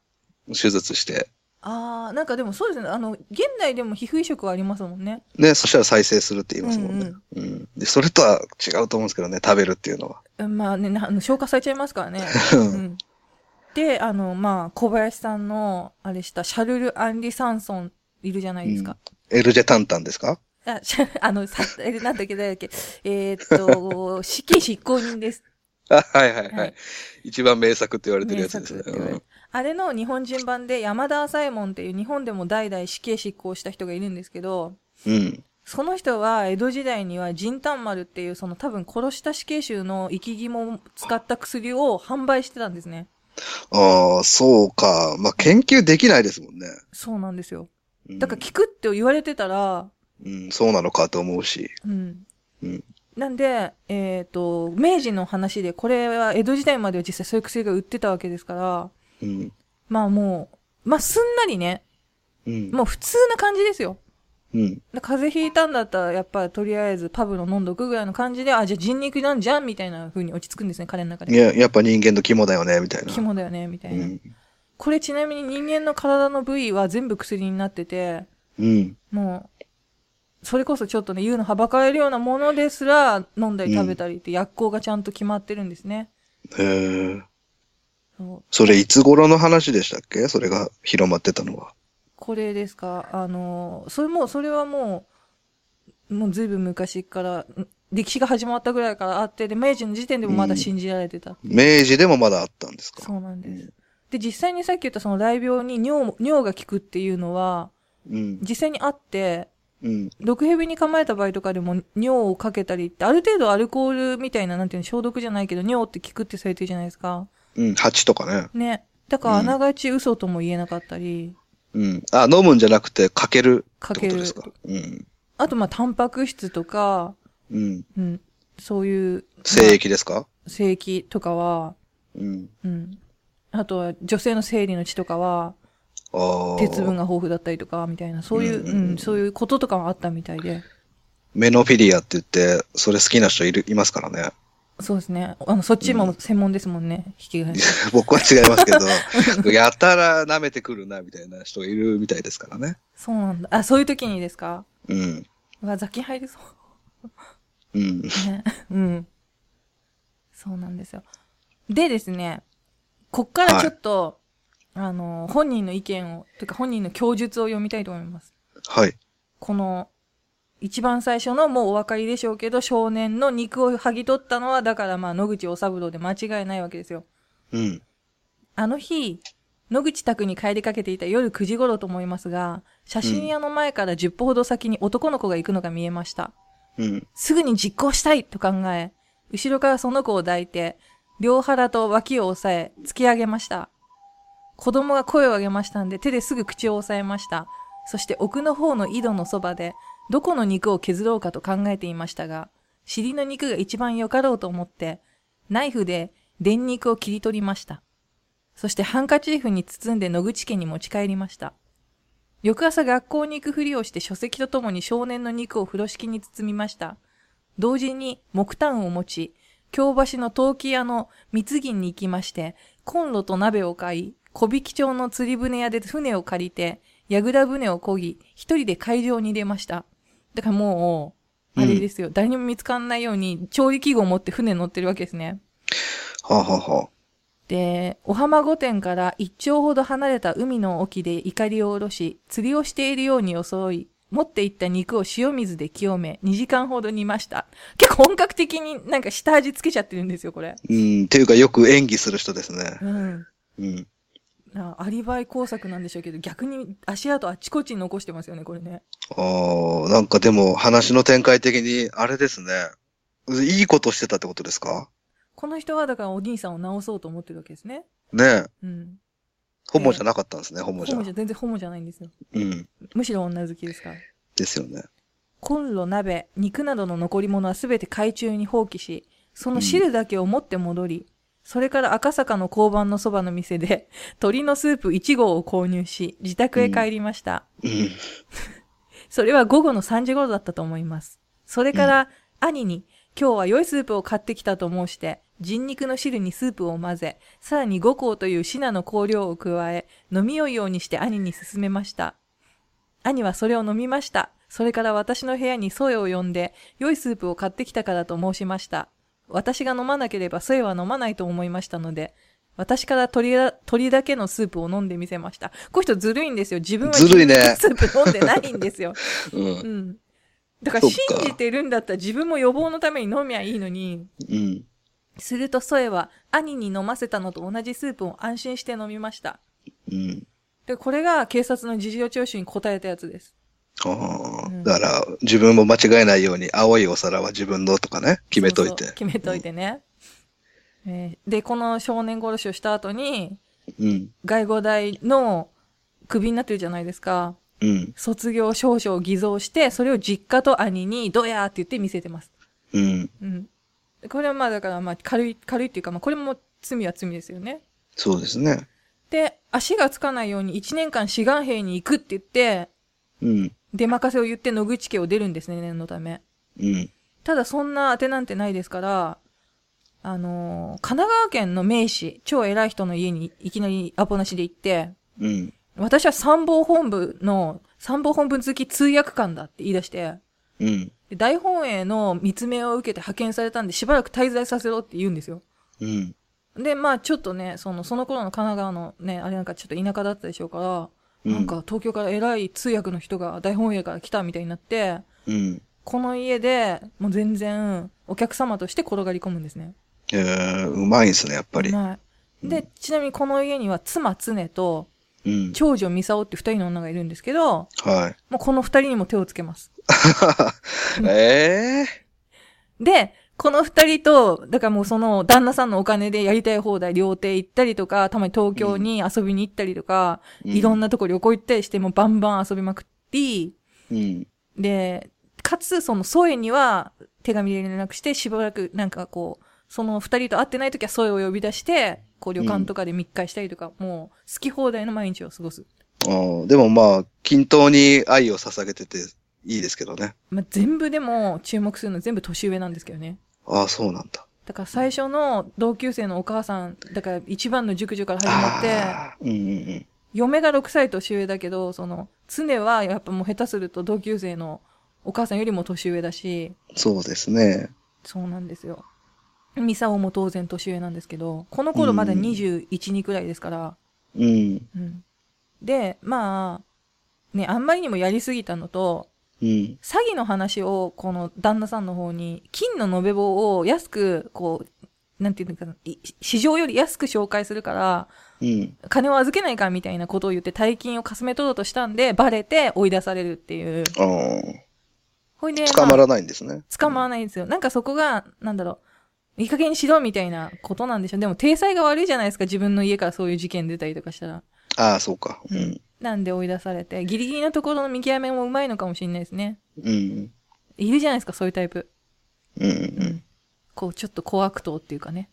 Speaker 2: 手術して。
Speaker 1: あー、なんかでもそうですね。あの、現代でも皮膚移植はありますもんね。
Speaker 2: ね、そしたら再生するって言いますもんね。うん、で。それとは違うと思うんですけどね、食べるっていうのは。
Speaker 1: うんまあね、なあの消化されちゃいますからね。うんで、あの、まあ、小林さんの、あれした、シャルル・アンリ・サンソンいるじゃないですか。
Speaker 2: エルジェタンタンですか
Speaker 1: あ、しゃ、 [LAUGHS] あの、さ、え、なんだっけ、誰だっけ。えーっと、死刑執行人です。
Speaker 2: あ、はいはいはい。
Speaker 1: はい
Speaker 2: 一番名作って言われてるやつ
Speaker 1: 名
Speaker 2: です
Speaker 1: 作
Speaker 2: ね
Speaker 1: っ。て言われるあれの日本人版で山田朝右衛門っていう日本でも代々死刑執行した人がいるんですけど、
Speaker 2: うん。
Speaker 1: その人は江戸時代にはジンタンマルっていうその多分殺した死刑囚の生き肝を使った薬を販売してたんですね。
Speaker 2: ああ、そうか。まあ、研究できないですもんね。
Speaker 1: そうなんですよ。
Speaker 2: うん
Speaker 1: だから聞くって言われてたら、
Speaker 2: うん、そうなのかと思うし。
Speaker 1: うん。
Speaker 2: うん
Speaker 1: なんで、えっ、と、明治の話で、これは江戸時代までは実際そういう薬が売ってたわけですから、
Speaker 2: うん。
Speaker 1: まあもう、まあすんなりね、
Speaker 2: うん。
Speaker 1: もう普通な感じですよ。
Speaker 2: うん。
Speaker 1: だ風邪ひいたんだったら、やっぱりとりあえずパブロ飲んどくぐらいの感じで、あ、じゃあ人肉なんじゃんみたいな風に落ち着くんですね、彼の中
Speaker 2: い
Speaker 1: で。
Speaker 2: や、やっぱ人間の肝だよね、みたいな。
Speaker 1: 肝だよね、みた
Speaker 2: う
Speaker 1: いな。
Speaker 2: ん。
Speaker 1: これちなみに人間の体の部位は全部薬になってて、
Speaker 2: うん。
Speaker 1: もう、それこそちょっとね、言うのはばかれるようなものですら、飲んだり食べたりって薬効がちゃんと決まってるんですね。
Speaker 2: へえ。
Speaker 1: そう
Speaker 2: それ、いつ頃の話でしたっけそれが広まってたのは。
Speaker 1: これですかあの、それも、それはもう、もうずいぶん昔から、ん歴史が始まったぐらいからあって、で、明治の時点でもまだ信じられてた。
Speaker 2: 明治でもまだあったんですか
Speaker 1: そうなんです
Speaker 2: う。
Speaker 1: で、実際にさっき言ったその雷病に尿も、尿が効くっていうのは、
Speaker 2: うん。
Speaker 1: 実際にあって、
Speaker 2: うん。
Speaker 1: 毒蛇に噛まれた場合とかでも尿をかけたりって、ある程度アルコールみたいな、なんていうの、消毒じゃないけど、尿って効くってされてるじゃないですか。
Speaker 2: うん。蜂とかね。
Speaker 1: ね。だから、あながち嘘とも言えなかったり、
Speaker 2: うん。あ、飲むんじゃなくて、かける
Speaker 1: か
Speaker 2: って
Speaker 1: け
Speaker 2: こと
Speaker 1: る
Speaker 2: で。すかうん。
Speaker 1: あと、まあ、タンパク質とか、
Speaker 2: うん。
Speaker 1: うん、そういう、
Speaker 2: 精
Speaker 1: ま
Speaker 2: 液です
Speaker 1: あ
Speaker 2: か
Speaker 1: 精液とかは、
Speaker 2: うん。
Speaker 1: うん。あとは、女性の生理の血とかは、
Speaker 2: ああ。
Speaker 1: 鉄分が豊富だったりとか、みたいな、そういう、
Speaker 2: うん
Speaker 1: う
Speaker 2: うんうん
Speaker 1: ん、そういうこととかがあったみたいで。
Speaker 2: メノフィリアって言って、それ好きな人いる、いますからね。 [LAUGHS]
Speaker 1: そうですね。あの、そっちも専門ですもんね。引き金。
Speaker 2: [LAUGHS] 僕は違いますけ
Speaker 1: [LAUGHS]
Speaker 2: ど、やたら舐めてくるな、みたいな人いるみたいですからね。
Speaker 1: そうなんだ。あ、そういう時にですか
Speaker 2: うん。
Speaker 1: うわ、雑菌入りそ
Speaker 2: うん。
Speaker 1: う。ね。うん。そうなんですよ。でですね、こっからちょっと、あの、本人の意見を、というか本人の供述を読みたいと思います。
Speaker 2: はい。
Speaker 1: この、一番最初のもうお分かりでしょうけど、少年の肉を剥ぎ取ったのは、だからまあ、野口お三郎で間違いないわけですよ。
Speaker 2: うん。
Speaker 1: あの日、野口宅に帰りかけていた夜9時頃と思いますが、写真屋の前から10歩ほど先に男の子が行くのが見えました。
Speaker 2: うん。
Speaker 1: すぐに実行したいと考え、後ろからその子を抱いて、両腹と脇を押さえ、突き上げました。子供が声を上げましたんで、手ですぐ口を押さえました。そして奥の方の井戸のそばで、どこの肉を削ろうかと考えていましたが、尻の肉が一番よかろうと思って、ナイフで電肉を切り取りました。そしてハンカチーフに包んで野口家に持ち帰りました。翌朝学校に行くふりをして書籍とともに少年の肉を風呂敷に包みました。同時に木炭を持ち、京橋の陶器屋の蜜銀に行きまして、コンロと鍋を買い、小引町の釣り船屋で船を借りて、矢倉船を漕ぎ、一人で海上に出ました。だからもう、あれですよ、誰にも見つかんないように、調理器具を持って船に乗ってるわけですね。
Speaker 2: はあ、はあは
Speaker 1: で、お浜御殿から一丁ほど離れた海の沖で怒りを下ろし、釣りをしているように装い、持っていった肉を塩水で清め、2時間ほど煮ました。結構本格的になんか下味つけちゃってるんですよ、これ。
Speaker 2: あ、うん。っていうか、よく演技する人ですね
Speaker 1: う。ん。
Speaker 2: うん。
Speaker 1: あアリバイ工作なんでしょうけど、逆に足跡あちこちに残してますよね、これね。
Speaker 2: ああ、なんかでも、話の展開的に、あれですね。いいことしてたってことですか
Speaker 1: この人はだからお兄さんを直そうと思ってるわけですね。
Speaker 2: ねえ。
Speaker 1: うん。
Speaker 2: ホモじゃなかったんですね、ホ
Speaker 1: ホ
Speaker 2: モ
Speaker 1: モ
Speaker 2: じ
Speaker 1: じ
Speaker 2: ゃ。
Speaker 1: ゃ、全然ホモじゃないんですよ。
Speaker 2: うん。
Speaker 1: むしろ女好きですから。
Speaker 2: ですよね。
Speaker 1: コンロ、鍋、肉などの残り物はすべて海中に放棄し、その汁だけを持って戻り、それから赤坂の交番のそばの店で、鶏のスープ1号を購入し、自宅へ帰りました。
Speaker 2: うん。
Speaker 1: それは午後の3時頃だったと思います。それから、兄に、今日は良いスープを買ってきたと申して、人肉の汁にスープを混ぜ、さらに五香というシナの香料を加え、飲みよいようにして兄に勧めました。兄はそれを飲みました。それから私の部屋にソエを呼んで、良いスープを買ってきたからと申しました。私が飲まなければソエは飲まないと思いましたので、私から鶏だ鶏だけのスープを飲んでみせました。この人ずるいんですよ。自分は
Speaker 2: ずるいね
Speaker 1: スープ飲んでないんですよ。
Speaker 2: うん。
Speaker 1: うん。だから
Speaker 2: そっ
Speaker 1: 信
Speaker 2: か
Speaker 1: じてるんだったら自分も予防のために飲みゃいいのに、
Speaker 2: うん。
Speaker 1: するとソエは兄に飲ませたのと同じスープを安心して飲みました。
Speaker 2: うん。
Speaker 1: で、これが警察の事情聴取に答えたやつです。
Speaker 2: ああ
Speaker 1: うん
Speaker 2: だから、自分も間違えないように、青いお皿は自分のとかね、決めといて。
Speaker 1: そうそう決めといてね。えーで、この少年殺しをした後に、
Speaker 2: うん。
Speaker 1: 外語大のクビになってるじゃないですか。
Speaker 2: うん。
Speaker 1: 卒業証書を偽造して、それを実家と兄に、どやーって言って見せてます。
Speaker 2: うん。
Speaker 1: うん。これはまあだから、まあ軽い、軽いっていうか、まあこれも罪は罪ですよね。
Speaker 2: そうですね。
Speaker 1: で、足がつかないように1年間志願兵に行くって言って、
Speaker 2: うん。
Speaker 1: 出任せを言って野口家を出るんですね、念のため。
Speaker 2: うん。
Speaker 1: ただそんな当てなんてないですから、あのー神奈川県の名士、超偉い人の家にいきなりアポなしで行って、
Speaker 2: うん。
Speaker 1: 私は参謀本部の、参謀本部好き通訳官だって言い出して、
Speaker 2: うん。
Speaker 1: で大本営の密命を受けて派遣されたんでしばらく滞在させろって言うんですよ。
Speaker 2: うん。
Speaker 1: で、まあちょっとね、その、その頃の神奈川のね、あれなんかちょっと田舎だったでしょうから、
Speaker 2: うん
Speaker 1: なんか東京から偉い通訳の人が大本営から来たみたいになって、
Speaker 2: うん。
Speaker 1: この家でもう全然お客様として転がり込むんですね。
Speaker 2: えー、うまいんすね、やっぱり。
Speaker 1: はい。で、ちなみにこの家には妻常と
Speaker 2: うん。
Speaker 1: 長女ミサオって二人の女がいるんですけど、
Speaker 2: はい。
Speaker 1: もうこの二人にも手をつけます。
Speaker 2: [LAUGHS] ええ
Speaker 1: で、この二人と、だからもうその旦那さんのお金でやりたい放題料亭行ったりとか、たまに東京に遊びに行ったりとか、いろん
Speaker 2: な。
Speaker 1: なとこ旅行行ったりして、もうバンバン遊びまくって、
Speaker 2: うん。
Speaker 1: で、かつそのソエには手紙で連絡して、しばらくなんかこう、その二人と会ってない時はソエを呼び出して、こう旅館とかで密会したりとか、もう好き放題の毎日を過ごす。
Speaker 2: あーでもまあ、均等に愛を捧げてていいですけどね。
Speaker 1: まあ、全部でも注目するの全部年上なんですけどね。
Speaker 2: ああ、そうなんだ。
Speaker 1: だから最初の同級生のお母さん、だから一番の熟女から始まって、
Speaker 2: あーうんうんうん。
Speaker 1: 嫁が6歳年上だけど、その、常はやっぱもう下手すると同級生のお母さんよりも年上だし、
Speaker 2: そうですね。
Speaker 1: そうなんですよ。ミサオも当然年上なんですけど、この頃まだ
Speaker 2: うん
Speaker 1: 21、2くらいですから、
Speaker 2: うん。
Speaker 1: うん。で、まあ、ね、あんまりにもやりすぎたのと、
Speaker 2: うん。
Speaker 1: 詐欺の話を、この旦那さんの方に、金の延べ棒を安く、こう、なんていうのかな、い市場より安く紹介するから、
Speaker 2: うん。
Speaker 1: 金を預けないかみたいなことを言って大金をかすめ取ろうとしたんで、バレて追い出されるっていう。
Speaker 2: ああ。
Speaker 1: ほいで、
Speaker 2: 捕ま
Speaker 1: ま
Speaker 2: らないんですね。
Speaker 1: あ、捕まらないんですよ。なんかそこが、なんだろう、いい加減にしろみたいなことなんでしょう。でも、体裁が悪いじゃないですか、自分の家からそういう事件出たりとかしたら。
Speaker 2: ああ、そうか。うん。
Speaker 1: なんで追い出されて、ギリギリのところの見極めもうまいのかもしれないですね。
Speaker 2: うん。
Speaker 1: いるじゃないですか、そういうタイプ。
Speaker 2: うん。うん。
Speaker 1: こう、ちょっと小悪党っていうかね。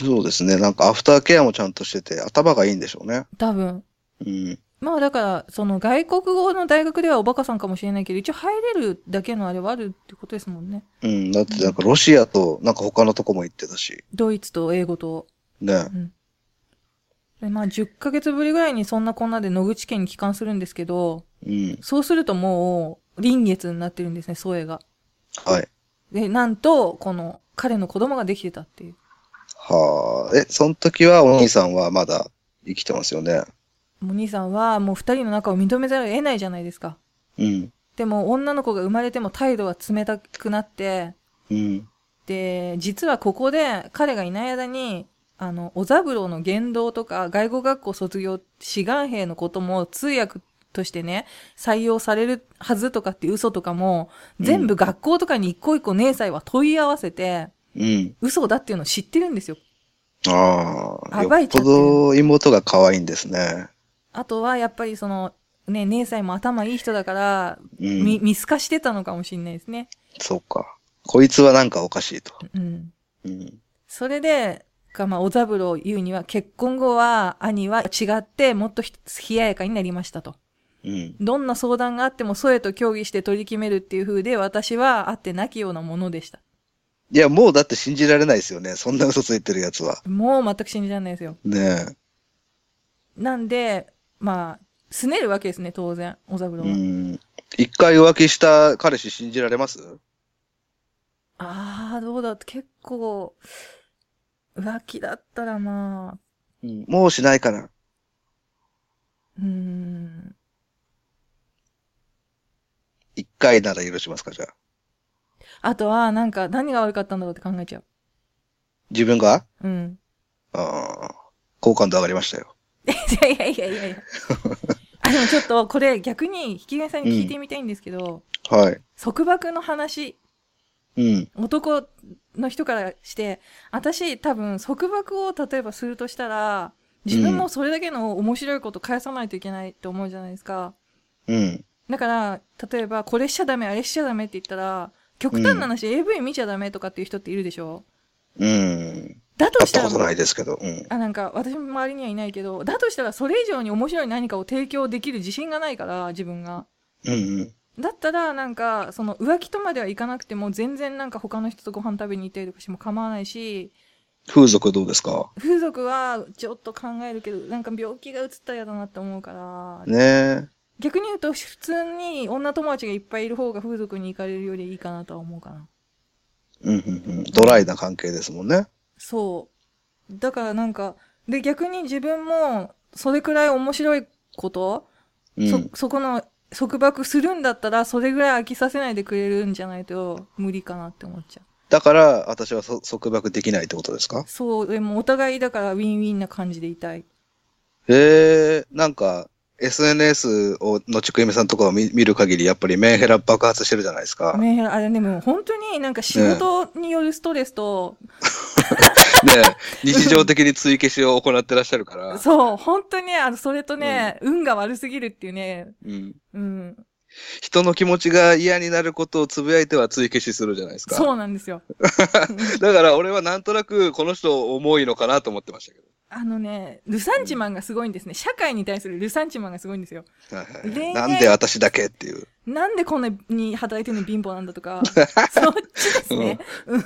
Speaker 2: そうですね。なんかアフターケアもちゃんとしてて、頭がいいんでしょうね。
Speaker 1: 多分。
Speaker 2: うん。
Speaker 1: まあだから、その外国語の大学ではおバカさんかもしれないけど、一応入れるだけのあれはあるってことですもんね。
Speaker 2: うん。だってなんかロシアと、なんか他のとこも行ってたし。
Speaker 1: ドイツと英語と。
Speaker 2: ね。
Speaker 1: で、まあ、10ヶ月ぶりぐらいにそんなこんなで野口県に帰還するんですけど、
Speaker 2: うん。
Speaker 1: そうするともう、臨月になってるんですね、宗谷が。
Speaker 2: はい。
Speaker 1: で、なんと、この、彼の子供ができてたっていう。
Speaker 2: はあ。え、その時はお兄さんはまだ生きてますよね。
Speaker 1: お兄さんはもう二人の仲を認めざるを得ないじゃないですか。
Speaker 2: うん。
Speaker 1: でも、女の子が生まれても態度は冷たくなって、
Speaker 2: うん。
Speaker 1: で、実はここで彼がいない間に、あの、小三郎の言動とか、外語学校卒業、志願兵のことも通訳としてね、採用されるはずとかっていう嘘とかも、全部学校とかに一個一個姉さんは問い合わせて、
Speaker 2: うん。
Speaker 1: 嘘だっていうのを知ってるんですよ。
Speaker 2: ああ。
Speaker 1: 暴いちゃってる
Speaker 2: よっぽど妹が可愛いんですね。
Speaker 1: あとは、やっぱりその、ね、姉さんも頭いい人だから、
Speaker 2: う
Speaker 1: み、
Speaker 2: ん。
Speaker 1: 見透かしてたのかもしれないですね。
Speaker 2: そうか。こいつはなんかおかしいと。
Speaker 1: うん。
Speaker 2: うん。
Speaker 1: それで、かまあ、小三郎を言うには、結婚後は、兄は違って、もっとひ冷ややかになりましたと。
Speaker 2: うん。
Speaker 1: どんな相談があっても、ソエと協議して取り決めるっていう風で、私は会ってなきようなものでした。
Speaker 2: いや、もうだって信じられないですよね。そんな嘘ついてるやつは。
Speaker 1: もう全く信じられないですよ。
Speaker 2: ね
Speaker 1: なんで、まあ、拗ねるわけですね、当然、小三
Speaker 2: え。
Speaker 1: 郎
Speaker 2: う
Speaker 1: は。
Speaker 2: ん。一回浮気した彼氏信じられます
Speaker 1: ああ、どうだ結構、浮気だったらまあ、
Speaker 2: うん。もうしないかな。
Speaker 1: うーん、
Speaker 2: 一回なら許しますか、じゃあ。
Speaker 1: あとは、なんか、何が悪かったんだろうって考えちゃう。
Speaker 2: 自分が
Speaker 1: うん。
Speaker 2: ああ。好感度上がりましたよ。
Speaker 1: いやいやいやいやいや。 [LAUGHS] あ、でもちょっと、これ逆に、引き金さんに聞いてみたいんですけど、
Speaker 2: はい。
Speaker 1: 束縛の話、
Speaker 2: うん。
Speaker 1: 男の人からして、私多分束縛を例えばするとしたら、自分もそれだけの面白いこと返さないといけないって思うじゃないですか。
Speaker 2: うん。
Speaker 1: だから、例えば、これしちゃダメ、あれしちゃダメって言ったら、極端な話、AV 見ちゃダメとかっていう人っているでしょ
Speaker 2: うん。
Speaker 1: だと
Speaker 2: 会っ
Speaker 1: した
Speaker 2: た
Speaker 1: ら、
Speaker 2: ことないですけど。うん。
Speaker 1: あ、なんか、私も周りにはいないけど、だとしたら、それ以上に面白い何かを提供できる自信がないから、自分が。
Speaker 2: うんうん。
Speaker 1: だったら、なんか、その、浮気とまではいかなくても、全然なんか他の人とご飯食べに行ったりとかしても構わないし、
Speaker 2: 風俗どうですか
Speaker 1: 風俗はちょっと考えるけど、なんか病気が移ったら嫌だなって思うから、
Speaker 2: ねえ。
Speaker 1: 逆に言うと、普通に女友達がいっぱいいる方が風俗に行かれるよりいいかなとは思うかな。
Speaker 2: うんうんうん。ドライな関係ですもんね。
Speaker 1: そう。だからなんか、で、逆に自分も、それくらい面白いこと、
Speaker 2: うん。
Speaker 1: そ、そこの、束縛するんだったら、それぐらい飽きさせないでくれるんじゃないと、無理かなって思っちゃう。
Speaker 2: だから、私はそ束縛できないってことですか
Speaker 1: そう、でもお互いだから、ウィンウィンな感じでいたい。
Speaker 2: へえ、なんか、SNS を、のちくゆみさんとかを見見る限り、やっぱりメンヘラ爆発してるじゃないですか。ね
Speaker 1: メンヘラ、あれでも、本当になんか仕事によるストレスと、
Speaker 2: え日常的に追消しを行ってらっしゃるから。
Speaker 1: そう、本当にね、あの、それとね、運が悪すぎるっていうね、
Speaker 2: うん。
Speaker 1: うん、
Speaker 2: 人の気持ちが嫌になることをつぶやいては追消しするじゃないですか。
Speaker 1: そうなんですよ。
Speaker 2: だから俺はなんとなくこの人重いのかなと思ってましたけ
Speaker 1: あのね、ルサンチマンがすごいんですね。社会に対するルサンチマンがすごいんですよ。
Speaker 2: ど。はいはい
Speaker 1: 恋愛
Speaker 2: なんで私だけっていう。
Speaker 1: なんでこんなに働いてるのに貧乏なんだと
Speaker 2: [LAUGHS]
Speaker 1: か、そっちですね。うん。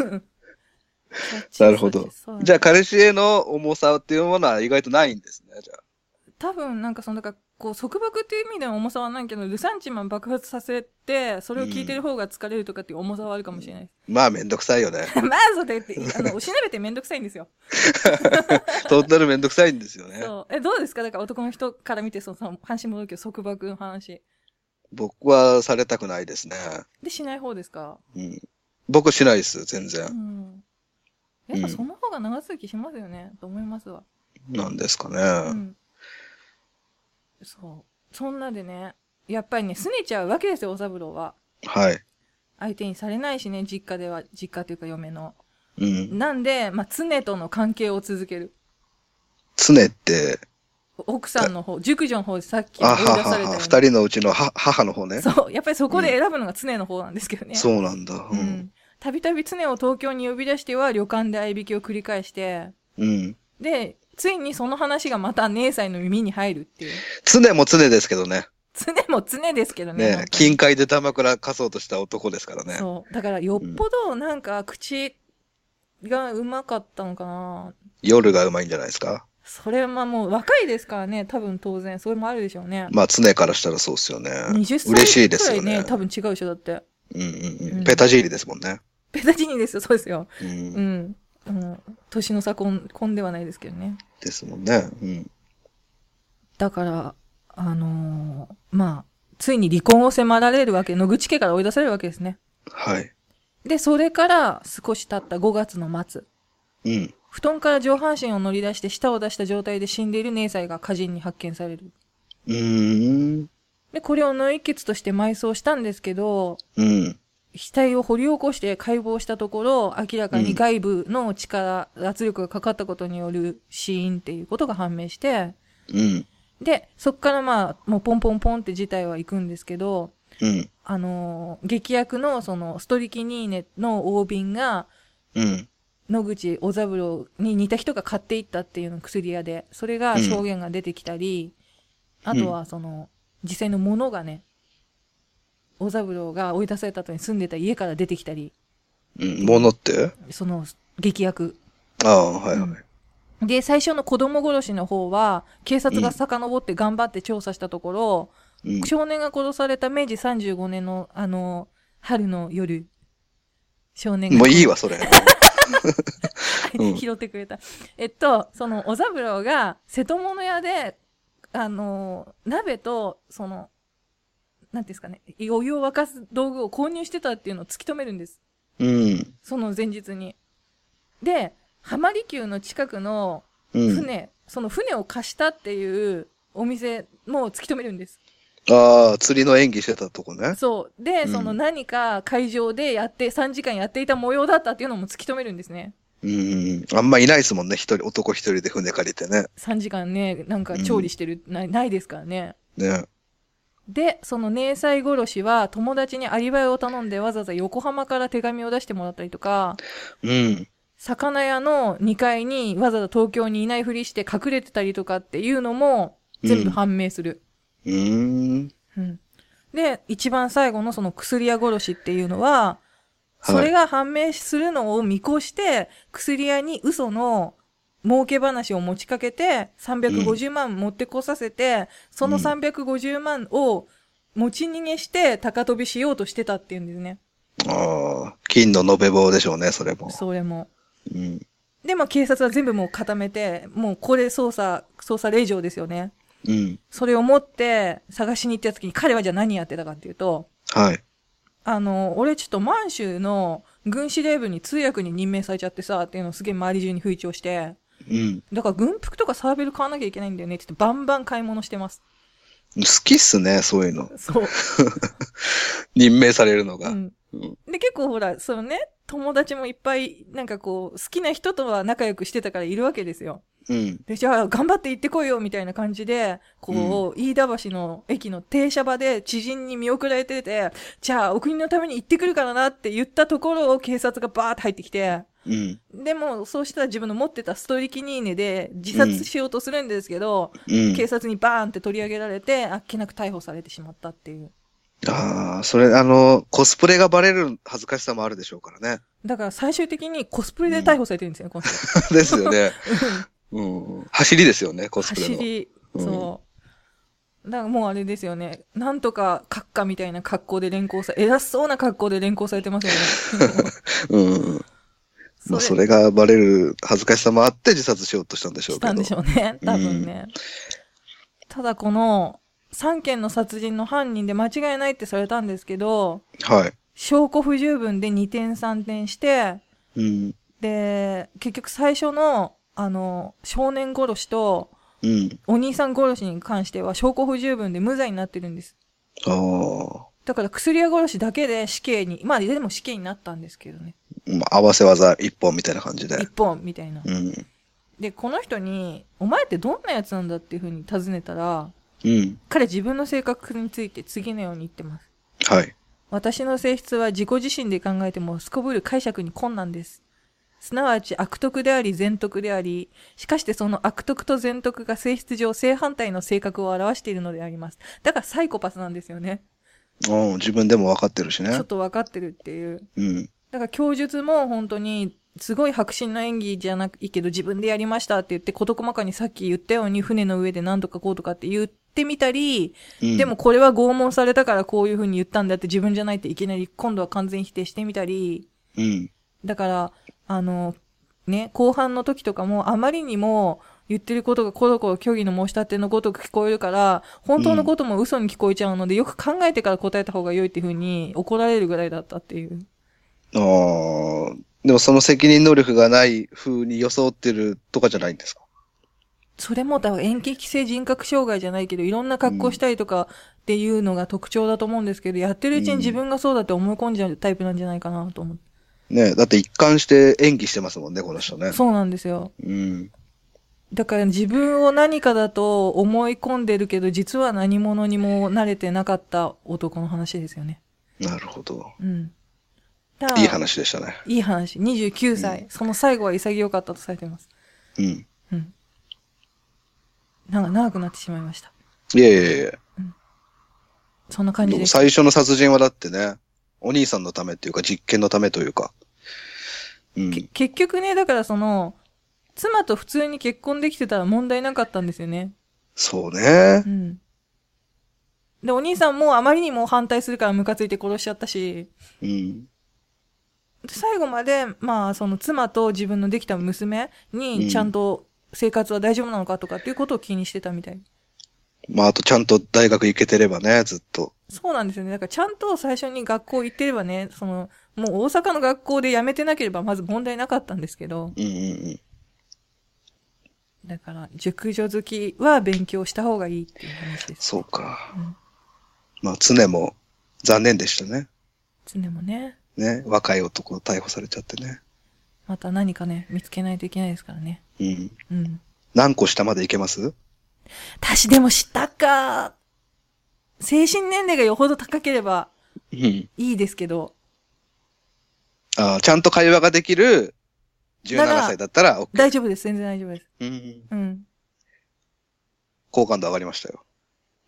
Speaker 1: そっち
Speaker 2: なるほど
Speaker 1: そっちそう
Speaker 2: じゃあ彼氏への重さっていうものは意外とないんですね、じゃあ。
Speaker 1: 多分なんかその、なんかこう、束縛っていう意味では重さはないけど、ルサンチマン爆発させて、それを聞いてる方が疲れるとかっていう重さはあるかもしれないです。
Speaker 2: まあめんどくさ
Speaker 1: [LAUGHS]
Speaker 2: いよね。
Speaker 1: まあ、そうだ
Speaker 2: [LAUGHS]
Speaker 1: よって、あの、おしなべてめんどくさいんですよ。
Speaker 2: トータルめんどくさいんですよね。
Speaker 1: そう。え、どうですかだから男の人から見て、その、その話戻るけど、束縛の話。
Speaker 2: 僕はされたくないですね。
Speaker 1: で、しない方ですか
Speaker 2: うん。僕しないです、全
Speaker 1: う
Speaker 2: 然。
Speaker 1: ん。やっぱ
Speaker 2: うん
Speaker 1: その方が長続きしますよね、と思いますわ。
Speaker 2: なんですか
Speaker 1: う
Speaker 2: ね。
Speaker 1: ん。そう。そんなでね、やっぱりね、拗ねちゃうわけですよ、お三郎は。
Speaker 2: はい。
Speaker 1: 相手にされないしね、実家では、実家というか嫁の。
Speaker 2: うん。
Speaker 1: なんで、まあ、常との関係を続ける。
Speaker 2: 常って、
Speaker 1: 奥さんの方、熟女の方でさっき追
Speaker 2: あ
Speaker 1: い
Speaker 2: は
Speaker 1: 出
Speaker 2: は
Speaker 1: された
Speaker 2: は、
Speaker 1: よ、
Speaker 2: 二人のうちのは母の方ね。
Speaker 1: そう、やっぱりそこで選ぶのが常の方なんですけどね。
Speaker 2: そうなんだ。う。
Speaker 1: うんん。たびたび常を東京に呼び出しては旅館で合いびきを繰り返して、
Speaker 2: うん。
Speaker 1: で、ついにその話がまた姉さんの耳に入るっていう。
Speaker 2: 常も常ですけどね。
Speaker 1: 常も常ですけどね。本
Speaker 2: ね
Speaker 1: 当に
Speaker 2: 近海で玉倉貸そうとした男ですからね。
Speaker 1: そう。だからよっぽどなんか口がうまかったのかな。
Speaker 2: 夜がうまいんじゃないですか。
Speaker 1: それはもう若いですからね、多分当然。それもあるでしょうね。
Speaker 2: まあ、常からしたらそうですよね。
Speaker 1: 20歳
Speaker 2: 嬉しいで
Speaker 1: く
Speaker 2: す
Speaker 1: ら
Speaker 2: よ
Speaker 1: い
Speaker 2: ね
Speaker 1: ね、。多分違うでしょ、だって。
Speaker 2: うんうん
Speaker 1: う
Speaker 2: うんん。ペタジーリですもんね。
Speaker 1: ペタジニーですよ、そうですよ。
Speaker 2: う。
Speaker 1: うんん。うん、年の差婚婚ではないですけどね。
Speaker 2: ですもんね。うん。
Speaker 1: だから、あのーまあ、ついに離婚を迫られるわけ、野口家から追い出されるわけですね。
Speaker 2: はい。
Speaker 1: で、それから少し経った5月の末、
Speaker 2: うん。
Speaker 1: 布団から上半身を乗り出して舌を出した状態で死んでいる姉妻が家人に発見される。
Speaker 2: うーん。
Speaker 1: で、これを脳一血として埋葬したんですけど、
Speaker 2: うん。
Speaker 1: 額を掘り起こして解剖したところ、明らかに外部の力、圧力がかかったことによる死因っていうことが判明して、
Speaker 2: うん。
Speaker 1: で、そっからまあ、もうポンポンポンって事態は行くんですけど、
Speaker 2: うん。
Speaker 1: あのー劇薬のそのストリキニーネの大瓶が、
Speaker 2: うん。
Speaker 1: 野口小三郎に似た人が買っていったっていうのを薬屋で、それが証言が出てきたり、
Speaker 2: ん
Speaker 1: あとはその、実際のものがね、小三郎が追い出された後に住んでた家から出てきたり、
Speaker 2: うん。ものって
Speaker 1: その劇薬。
Speaker 2: ああ、はいはい。
Speaker 1: で、最初の子供殺しの方は、警察が遡って頑張って調査したところ、
Speaker 2: うん。
Speaker 1: 少年が殺された明治35年の、あの、春の夜、少年が。
Speaker 2: もういいわ、それ。うん
Speaker 1: 拾ってくれた。えっと、その、小三郎が、瀬戸物屋で、あのー鍋と、その、なんていうんですかね、お湯を沸かす道具を購入してたっていうのを突き止めるんです。
Speaker 2: うん。
Speaker 1: その前日に。で、浜離宮の近くの
Speaker 2: うん。
Speaker 1: 船、その船を貸したっていうお店、もう突き止めるんです。
Speaker 2: ああ、釣りの演技してたとこね。
Speaker 1: そう。で、
Speaker 2: うん
Speaker 1: その何か会場でやって、3時間やっていた模様だったっていうのも突き止めるんですね。
Speaker 2: うん。あんまいないですもんね、一人、男一人で船借りてね。
Speaker 1: 3時間ね、なんか調理してる、ないないですからね。
Speaker 2: ね。
Speaker 1: で、その姉妻殺しは友達にアリバイを頼んでわざわざ横浜から手紙を出してもらったりとか、
Speaker 2: うん。
Speaker 1: 魚屋の2階にわざわざ東京にいないふりして隠れてたりとかっていうのも全部判明する。
Speaker 2: うーん。
Speaker 1: うんで、一番最後のその薬屋殺しっていうのは、
Speaker 2: はい
Speaker 1: それが判明するのを見越して、薬屋に嘘の儲け話を持ちかけて、350万持ってこさせて、その350万を持ち逃げして高飛びしようとしてたっていうんですね。
Speaker 2: ああ、金の延べ棒でしょうね、それも。
Speaker 1: それも。
Speaker 2: うん。
Speaker 1: で、まあ警察は全部もう固めて、もうこれ捜査、捜査令状ですよね。
Speaker 2: うん。そ
Speaker 1: それを持って探しに行った時に彼はじゃあ何やってたかっていうと、
Speaker 2: はい。
Speaker 1: あの、俺ちょっと満州の軍司令部に通訳に任命されちゃってさ、っていうのをすげえ周り中に吹聴して、
Speaker 2: うん。
Speaker 1: だから軍服とかサーベル買わなきゃいけないんだよねって言ってバンバン買い物してます。
Speaker 2: 好きっすね、そういうの。
Speaker 1: そう。
Speaker 2: 任命されるの
Speaker 1: う
Speaker 2: が。
Speaker 1: ん。
Speaker 2: うん。
Speaker 1: で、結構ほら、そのね、友達もいっぱい、なんかこう、好きな人とは仲良くしてたからいるわけですよ。
Speaker 2: うん。
Speaker 1: で、じゃあ頑張って行ってこいよ、みたいな感じで、こう、飯田橋の駅の停車場で知人に見送られてて、じゃあお国のために行ってくるからなって言ったところを警察がバーって入ってきて、
Speaker 2: うん。
Speaker 1: でも、そうしたら自分の持ってたストリキニーネで自殺しようとするんですけど、
Speaker 2: うん。
Speaker 1: 警察にバーンって取り上げられて、あっけなく逮捕されてしまったっていう。
Speaker 2: ああ、それ、あの、コスプレがバレる恥ずかしさもあるでしょうからね。 [LAUGHS]
Speaker 1: だから最終的にコスプレで逮捕されてるんですよ、この人。
Speaker 2: ですよね。
Speaker 1: うん
Speaker 2: うん。走りですよね、コスプレ
Speaker 1: 走
Speaker 2: の。
Speaker 1: り、
Speaker 2: うん
Speaker 1: そう。だからもうあれですよね。なんとか閣下みたいな格好で連行さ、偉そうな格好で連行されてますよね。
Speaker 2: うん。 [LAUGHS] まあ、それがバレる恥ずかしさもあって自殺しようとしたんでしょう
Speaker 1: し
Speaker 2: けど。
Speaker 1: たんでしょうね。多分ね。ただこの、3件の殺人の犯人で間違いないってされたんですけど、
Speaker 2: はい。
Speaker 1: 証拠不十分で2点3点して、
Speaker 2: うん。
Speaker 1: で、結局最初の、あの、少年殺しと、
Speaker 2: うん。
Speaker 1: お兄さん殺しに関しては証拠不十分で無罪になってるんです。
Speaker 2: ああ。
Speaker 1: だから薬屋殺しだけで死刑に、まあでも死刑になったんですけどね。
Speaker 2: まあ、合わせ技一本みたいな感じで。
Speaker 1: 一本みたいな。
Speaker 2: うん。
Speaker 1: で、この人に、お前ってどんなやつなんだっていうふうに尋ねたら、
Speaker 2: うん。
Speaker 1: 彼自分の性格について次のように言ってます。
Speaker 2: はい。
Speaker 1: 私の性質は自己自身で考えてもすこぶる解釈に困難です。すなわち悪徳であり善徳であり、しかしてその悪徳と善徳が性質上正反対の性格を表しているのであります。だからサイコパスなんですよね。
Speaker 2: うん、自分でも分かってるし
Speaker 1: ちょ
Speaker 2: ね
Speaker 1: っ。とわかってるっていう。
Speaker 2: うん。
Speaker 1: だから供述も本当にすごい迫真の演技じゃなくいいけど自分でやりましたって言って事細かにさっき言ったように船の上で何とかこうとかって言ってみたり、
Speaker 2: うん、
Speaker 1: でも、これは拷問されたからこういう風に言ったんだって自分じゃないっていきなり今度は完全否定してみたり、
Speaker 2: うん。
Speaker 1: だから、あの、ね、後半の時とかもあまりにも言ってることがコロコロ虚偽の申し立てのごとく聞こえるから、本当のことも嘘に聞こえちゃうので、よく考えてから答えた方が良いっていう風に怒られるぐらいだったっていう。
Speaker 2: ああ。でもその責任能力がない風に装ってるとかじゃないんですか
Speaker 1: それもだから延期規制人格障害じゃないけど、いろんな格好したりとかっていうのが特徴だと思うんですけど、やってるうちに自分がそうだって思い込んじゃうタイプなんじゃないかなと思って。
Speaker 2: ねだって一貫して演技してますもんね、この人ね。
Speaker 1: そうなんですよ。
Speaker 2: うん。
Speaker 1: だから自分を何かだと思い込んでるけど、実は何者にも慣れてなかった男の話ですよね。
Speaker 2: なるほど。
Speaker 1: うん。だ
Speaker 2: いい。話でしたね。
Speaker 1: いい話。29歳。その最後は潔かったとされてます。
Speaker 2: うん。
Speaker 1: うん。なんか長くなってしまいました。
Speaker 2: いえいえいえ。
Speaker 1: そんな感じ
Speaker 2: でも
Speaker 1: です。
Speaker 2: 最初の殺人はだってね、お兄さんのためっていうか、実験のためというか。うん。
Speaker 1: 結局ね、だからその、妻と普通に結婚できてたら問題なかったんですよね。
Speaker 2: そうね
Speaker 1: う。ん。で、お兄さんもあまりにも反対するからムカついて殺しちゃったし、
Speaker 2: うん。
Speaker 1: 最後まで、まあ、その妻と自分のできた娘
Speaker 2: うん
Speaker 1: に、ちゃんと生活は大丈夫なのかとかっていうことを気にしてたみたい。
Speaker 2: まあ、あとちゃんと大学行けてればね、ずっと。
Speaker 1: そうなんですよね。だからちゃんと最初に学校行ってればね、その、もう大阪の学校で辞めてなければまず問題なかったんですけど、
Speaker 2: うんうんうん。
Speaker 1: だから、熟女好きは勉強した方がいいっていう話です。
Speaker 2: そうか。
Speaker 1: うん
Speaker 2: まあ、常も残念でしたね。
Speaker 1: 常もね、
Speaker 2: ね。若い男を逮捕されちゃってね。
Speaker 1: また何かね、見つけないといけないですからね。
Speaker 2: うん。
Speaker 1: うん。
Speaker 2: 何個下までいけます
Speaker 1: 私でも下か。精神年齢がよほど高ければ
Speaker 2: うん。
Speaker 1: いいですけど、
Speaker 2: ああ、ちゃんと会話ができる17歳だったら OK。
Speaker 1: 大丈夫です。全然大丈夫です。
Speaker 2: うん。
Speaker 1: うん。
Speaker 2: 好感度上がりましたよ。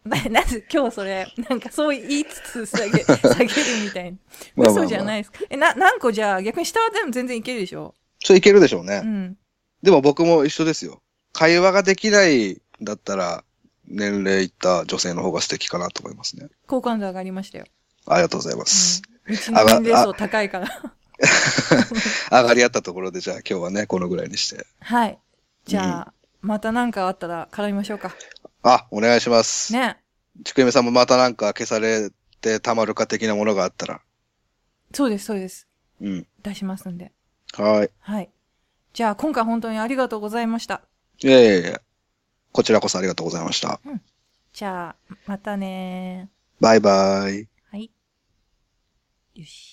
Speaker 1: な、なぜ今日それ、なんかそう言いつつ下
Speaker 2: [LAUGHS]
Speaker 1: げ、下げるみたいな。
Speaker 2: まあまあまあ
Speaker 1: 嘘じゃないですか。え、な、何個じゃあ、逆に下はでも全然いけるでしょ
Speaker 2: それいけるでしょうね。
Speaker 1: うん。
Speaker 2: でも僕も一緒ですよ。会話ができないんだったら、年齢いった女性の方が素敵かなと思いますね。
Speaker 1: 好感度上がりましたよ。
Speaker 2: ありがとうございます。 [LAUGHS]
Speaker 1: うん。うちの年齢層高いから。
Speaker 2: 上がり合ったところで、じゃあ今日はね、このぐらいにして。
Speaker 1: はい。じゃあ、また何かあったら絡みましょうか。
Speaker 2: あ、お願いします。
Speaker 1: ね。
Speaker 2: ちくゆめさんもまたなんか消されてたまるか的なものがあったら。
Speaker 1: そうです、そうです。
Speaker 2: うん。
Speaker 1: 出しますんで。
Speaker 2: はーい。
Speaker 1: はい。じゃあ、今回本当にありがとうございました。
Speaker 2: いやいやいや。こちらこそありがとうございました。
Speaker 1: じゃあ、またね
Speaker 2: バイバイ。
Speaker 1: はい。よし。